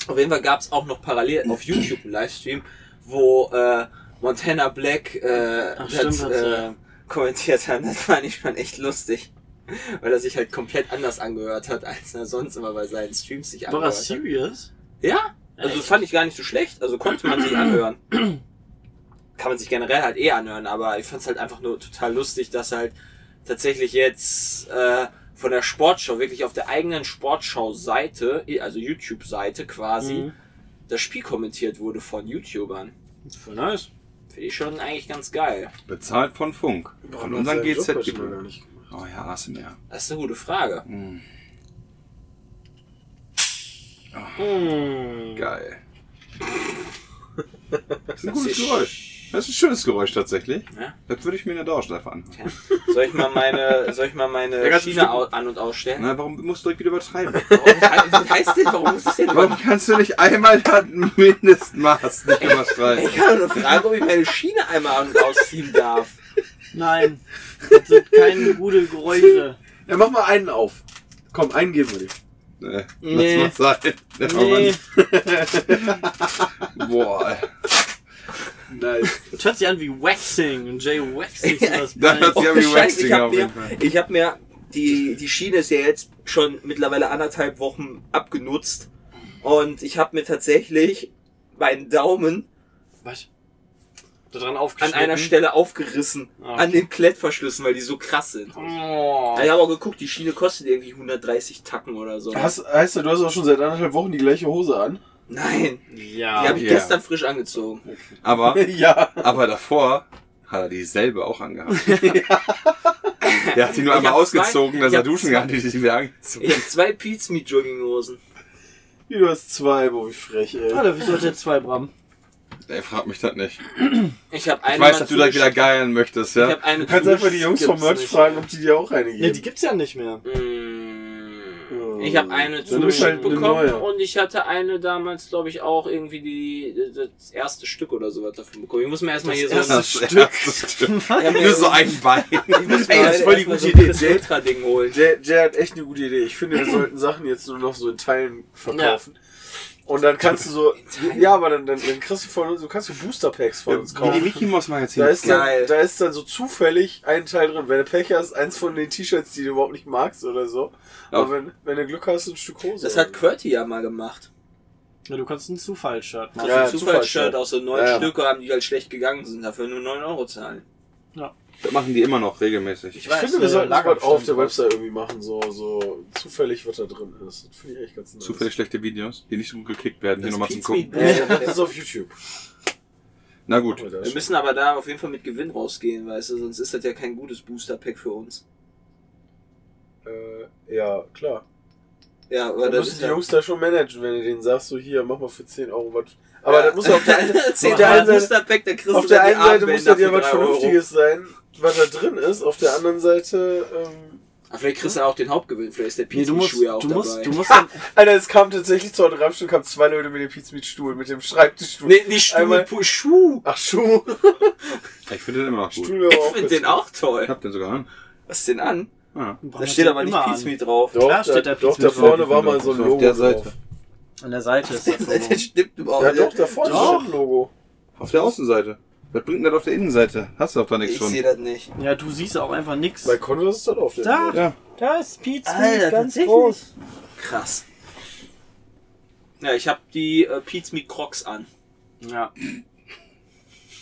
H: Auf jeden Fall gab es auch noch parallel auf YouTube einen Livestream, wo äh, Montana Black äh,
F: Ach, stimmt,
H: das,
F: hat's,
H: äh,
F: ja.
H: kommentiert hat. Das fand ich schon echt lustig. Weil er sich halt komplett anders angehört hat, als er sonst immer bei seinen Streams sich
F: War
H: angehört
F: das
H: hat.
F: serious?
H: Ja, also das fand ich gar nicht so schlecht. Also konnte man sich anhören. Kann man sich generell halt eh anhören, aber ich fand's halt einfach nur total lustig, dass halt tatsächlich jetzt äh, von der Sportschau, wirklich auf der eigenen Sportschau-Seite, also YouTube-Seite quasi,
F: Mhm.
H: das Spiel kommentiert wurde von YouTubern.
F: Voll nice.
H: Finde ich schon eigentlich ganz geil.
E: Bezahlt von Funk. Von unseren
G: Hat seinen Job wahrscheinlich gar
E: GZ-Gebühren.
G: nicht gemacht.
E: Oh ja, ASMR.
H: Das ist eine gute Frage.
G: Mhm. [LAUGHS]
E: Geil. Das ist ein gutes Geräusch. Das ist ein schönes Geräusch tatsächlich.
H: Ja.
E: Das würde ich mir in der Dauerschleife anhören.
H: Ja. Soll ich mal meine, soll ich mal meine
E: Ja, ganz
H: Schiene au- an- und ausstellen?
E: Na, warum musst du direkt wieder übertreiben?
H: Warum, was heißt denn, warum muss ich
E: [LAUGHS]
H: denn
E: Warum kannst du nicht einmal das Mindestmaß
G: [LAUGHS]
E: nicht überschreiten?
H: Ich kann nur fragen, ob ich meine Schiene einmal an- und ausziehen darf.
F: Nein, das sind keine gute Geräusche.
G: Ja, mach mal einen auf. Komm, einen geben wir dir.
E: Nee,
F: Nee.
E: Lass mal sein. Ja,
F: Nee,
E: Mann. Boah.
H: [LAUGHS]
G: Nice.
F: das hört sich an wie Waxing und Jay Wax sich
E: [LAUGHS]
F: das
E: Das hört sich
F: Bein.
E: an wie
H: Oh, Scheiße, ich
E: Waxing
H: hab
E: auf
H: mir-
E: jeden Fall.
H: Ich habe mir, die, die Schiene ist ja jetzt schon mittlerweile anderthalb Wochen abgenutzt. Und ich habe mir tatsächlich meinen Daumen
F: Was? Da dran
H: an
F: aufgeschnitten.
H: einer Stelle aufgerissen.
F: Ah, okay.
H: An den Klettverschlüssen, weil die so krass sind.
F: Oh.
H: Ich habe auch geguckt, die Schiene kostet irgendwie 130 Tacken oder so.
G: Hast, heißt ja, du hast auch schon seit anderthalb Wochen die gleiche Hose an?
H: Nein, die
F: Ja.
H: habe ich
E: Ja.
H: gestern frisch angezogen.
E: Aber,
G: [LAUGHS] ja.
E: aber davor hat er dieselbe auch
H: [LAUGHS]
E: angehabt. Der hat die nur
H: Ich
E: einmal
H: hab zwei-
E: ausgezogen, dass
H: ich
E: er
H: hab
E: duschen
H: zwei-
E: kann, die sich wieder angezogen.
H: Ich habe zwei Pizza Meat Jogginghosen.
G: Wie, Du hast zwei, wo wie frech, ey.
F: Alter, wieso hat der zwei Bram?
E: Ey, frag mich das nicht.
H: Ich habe
E: Ich
H: eine.
E: weiß,
H: mal
E: dass du da wieder
H: zugeschickt.
E: geiern möchtest,
H: Ich
E: ja?
H: habe eine.
G: Du kannst einfach die Jungs vom
F: Gibt's
G: Merch
F: nicht.
G: fragen, ob die dir auch eine
F: Ne, die
G: geben.
F: gibt's ja nicht mehr.
H: Mm. Ich habe eine
G: Hm. Dann nimmst du halt
H: zugeschickt
G: eine
H: bekommen
G: neue.
H: und ich hatte eine damals, glaube ich, auch irgendwie die, das erste Stück oder sowas davon bekommen. Ich muss mir erstmal hier so
F: erste
E: [LAUGHS] Das
H: ein-
E: erste
H: [LAUGHS]
E: Stück. Nur so ein Bein.
H: Ich muss mir
G: Ey, das ist voll die
H: erstmal
G: gute
H: so ein
G: Idee.
H: Chris
G: Jay-
H: Ultra-Ding holen.
G: Jay, Jay hat echt eine gute Idee. Ich finde, wir sollten Sachen jetzt nur noch so in Teilen verkaufen. Und dann kannst du so, ja, aber dann, dann, dann kriegst du von uns, du kannst du Booster Packs von uns
E: Wie die
G: kaufen.
E: Mickey Mouse Magazin.
G: Da ist,
H: Geil.
G: dann, da ist dann so zufällig ein Teil drin. Wenn du Pech hast, eins von den T-Shirts, die du überhaupt nicht magst oder so.
E: Ja.
G: Aber wenn, wenn du Glück hast, ein Stück Hose.
H: Das hat Qwerty ja mal gemacht.
F: Ja, du kannst ein Zufallsshirt machen.
H: Das
G: Ja,
H: ist ein Zufallsshirt
G: Zufallsshirt.
H: aus so neun
G: Ja, ja.
H: Stücke haben die halt schlecht gegangen sind, dafür nur 9 Euro zahlen.
E: Das machen die immer noch regelmäßig.
G: Ich finde, wir
F: äh,
G: sollten sowas
F: Lagerbestand
G: auf der
F: drauf.
G: Website irgendwie machen, so, so zufällig, was da drin ist. Das finde ich echt ganz nice.
E: Zufällig schlechte Videos, die nicht so gut geklickt werden. Hier
H: Das
E: nochmal zum
H: Pizza
E: Gucken.
H: Meat-
G: Ja, [LAUGHS] das ist auf YouTube.
E: Na gut.
G: Machen wir das.
H: Wir müssen aber da auf jeden Fall mit Gewinn rausgehen, weißt du, sonst ist das ja kein gutes Booster-Pack für uns.
G: Äh, ja, klar.
H: Ja, aber
G: Da
H: das ist
G: müssen die
H: ja-
G: Jungs da schon managen, wenn du denen sagst, so hier, mach mal für 10 Euro was. Aber das muss auf der, einen-
H: Zehn
G: auf der einen
H: Dollar
G: Seite,
H: Boosterpack, da kriegst du
G: auf der
H: dann die
G: einen Seite muss da dir
H: Armbänder für
G: was
H: drei Euro.
G: Vernünftiges sein, was da drin ist. Auf der anderen Seite, ähm,
H: Aber vielleicht kriegst du auch den Hauptgewinn, vielleicht ist der
F: Nee, du musst,
H: Pizza-Schuh ja auch
F: du
H: dabei.
F: musst, du musst, [LAUGHS]
G: Alter, es kam tatsächlich zu Autogrammstunde, kamen zwei Leute mit dem Pizza mit Stuhl, mit dem Schreibtischstuhl.
H: nee, nicht Stuhl,
G: Einmal-
H: Pu- Schuh.
G: Ach, Schuh.
E: Ich finde den immer noch gut.
G: Stuhl wäre
H: Ich
G: auch
H: finde
G: ganz
H: den auch
E: Ich
H: toll.
E: hab den sogar an. Ah,
H: Was ist denn an?
E: Ja.
H: Da steht aber nicht
F: an.
H: Peace drauf.
G: [LAUGHS] Doch,
F: Klar steht da
G: da, doch
F: Pizza
G: da vorne
E: Hut
G: war
E: drauf.
G: mal so ein
E: Auf
G: Logo.
E: der Seite.
G: Drauf.
F: An der Seite ist das so.
E: Das stimmt überhaupt
G: Ja, doch, da vorne
E: Doch.
G: ist ein Logo.
E: Auf der Außenseite. Was bringt denn das auf der Innenseite? Hast du doch da nichts
H: Ich
E: von.
H: sehe das nicht.
F: Ja, du siehst auch einfach nix.
G: Bei Converse ist das auf der
F: Da,
G: Seite.
E: Ja.
F: da ist Pizza
H: Alter,
F: ganz
H: tatsächlich?
F: groß.
H: Krass. Ja, ich habe die äh, Pete's Meat Crocs an.
F: Ja.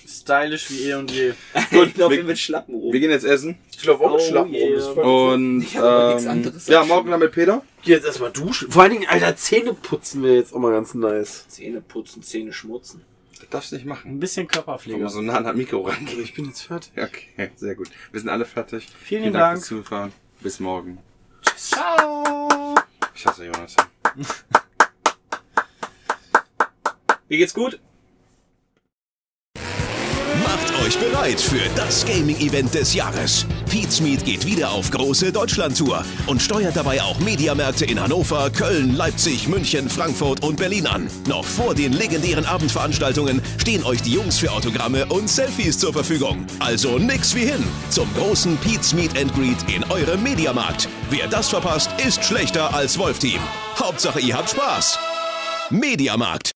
F: Stylisch wie eh und je.
H: ich glaube,
E: wir-
H: mit Schlappen rum.
E: Wir gehen jetzt essen.
G: Ich glaube auch mit
F: Oh,
G: Schlappen
F: yeah.
G: rum. Das war-
E: Und
H: Ich hab aber nichts
E: ähm,
H: anderes
E: ja,
H: als
E: morgen dann mit Peter.
G: Geh jetzt erstmal duschen. Vor allen Dingen, Alter, Zähne putzen wäre jetzt auch mal ganz nice.
H: Zähne putzen, Zähne schmutzen.
E: Das darfst du nicht machen.
F: Ein bisschen
E: Wenn man
F: Körperpflege.
E: so nah an das Mikro rangehen.
G: Ich bin jetzt fertig.
E: [LAUGHS] Okay, sehr gut. Wir sind alle fertig.
F: Vielen Dank.
E: fürs Zufahren. Bis morgen. Ciao. Ich hasse Jonas.
H: Mir geht's gut.
D: Macht euch bereit für das Gaming-Event des Jahres. Pete's Meat geht wieder auf große Deutschlandtour und steuert dabei auch Mediamärkte in Hannover, Köln, Leipzig, München, Frankfurt und Berlin an. Noch vor den legendären Abendveranstaltungen stehen euch die Jungs für Autogramme und Selfies zur Verfügung. Also nix wie hin zum großen Pete's Meat and Greet in eurem Mediamarkt. Wer das verpasst, ist schlechter als Wolf-Team. Hauptsache ihr habt Spaß. Mediamarkt.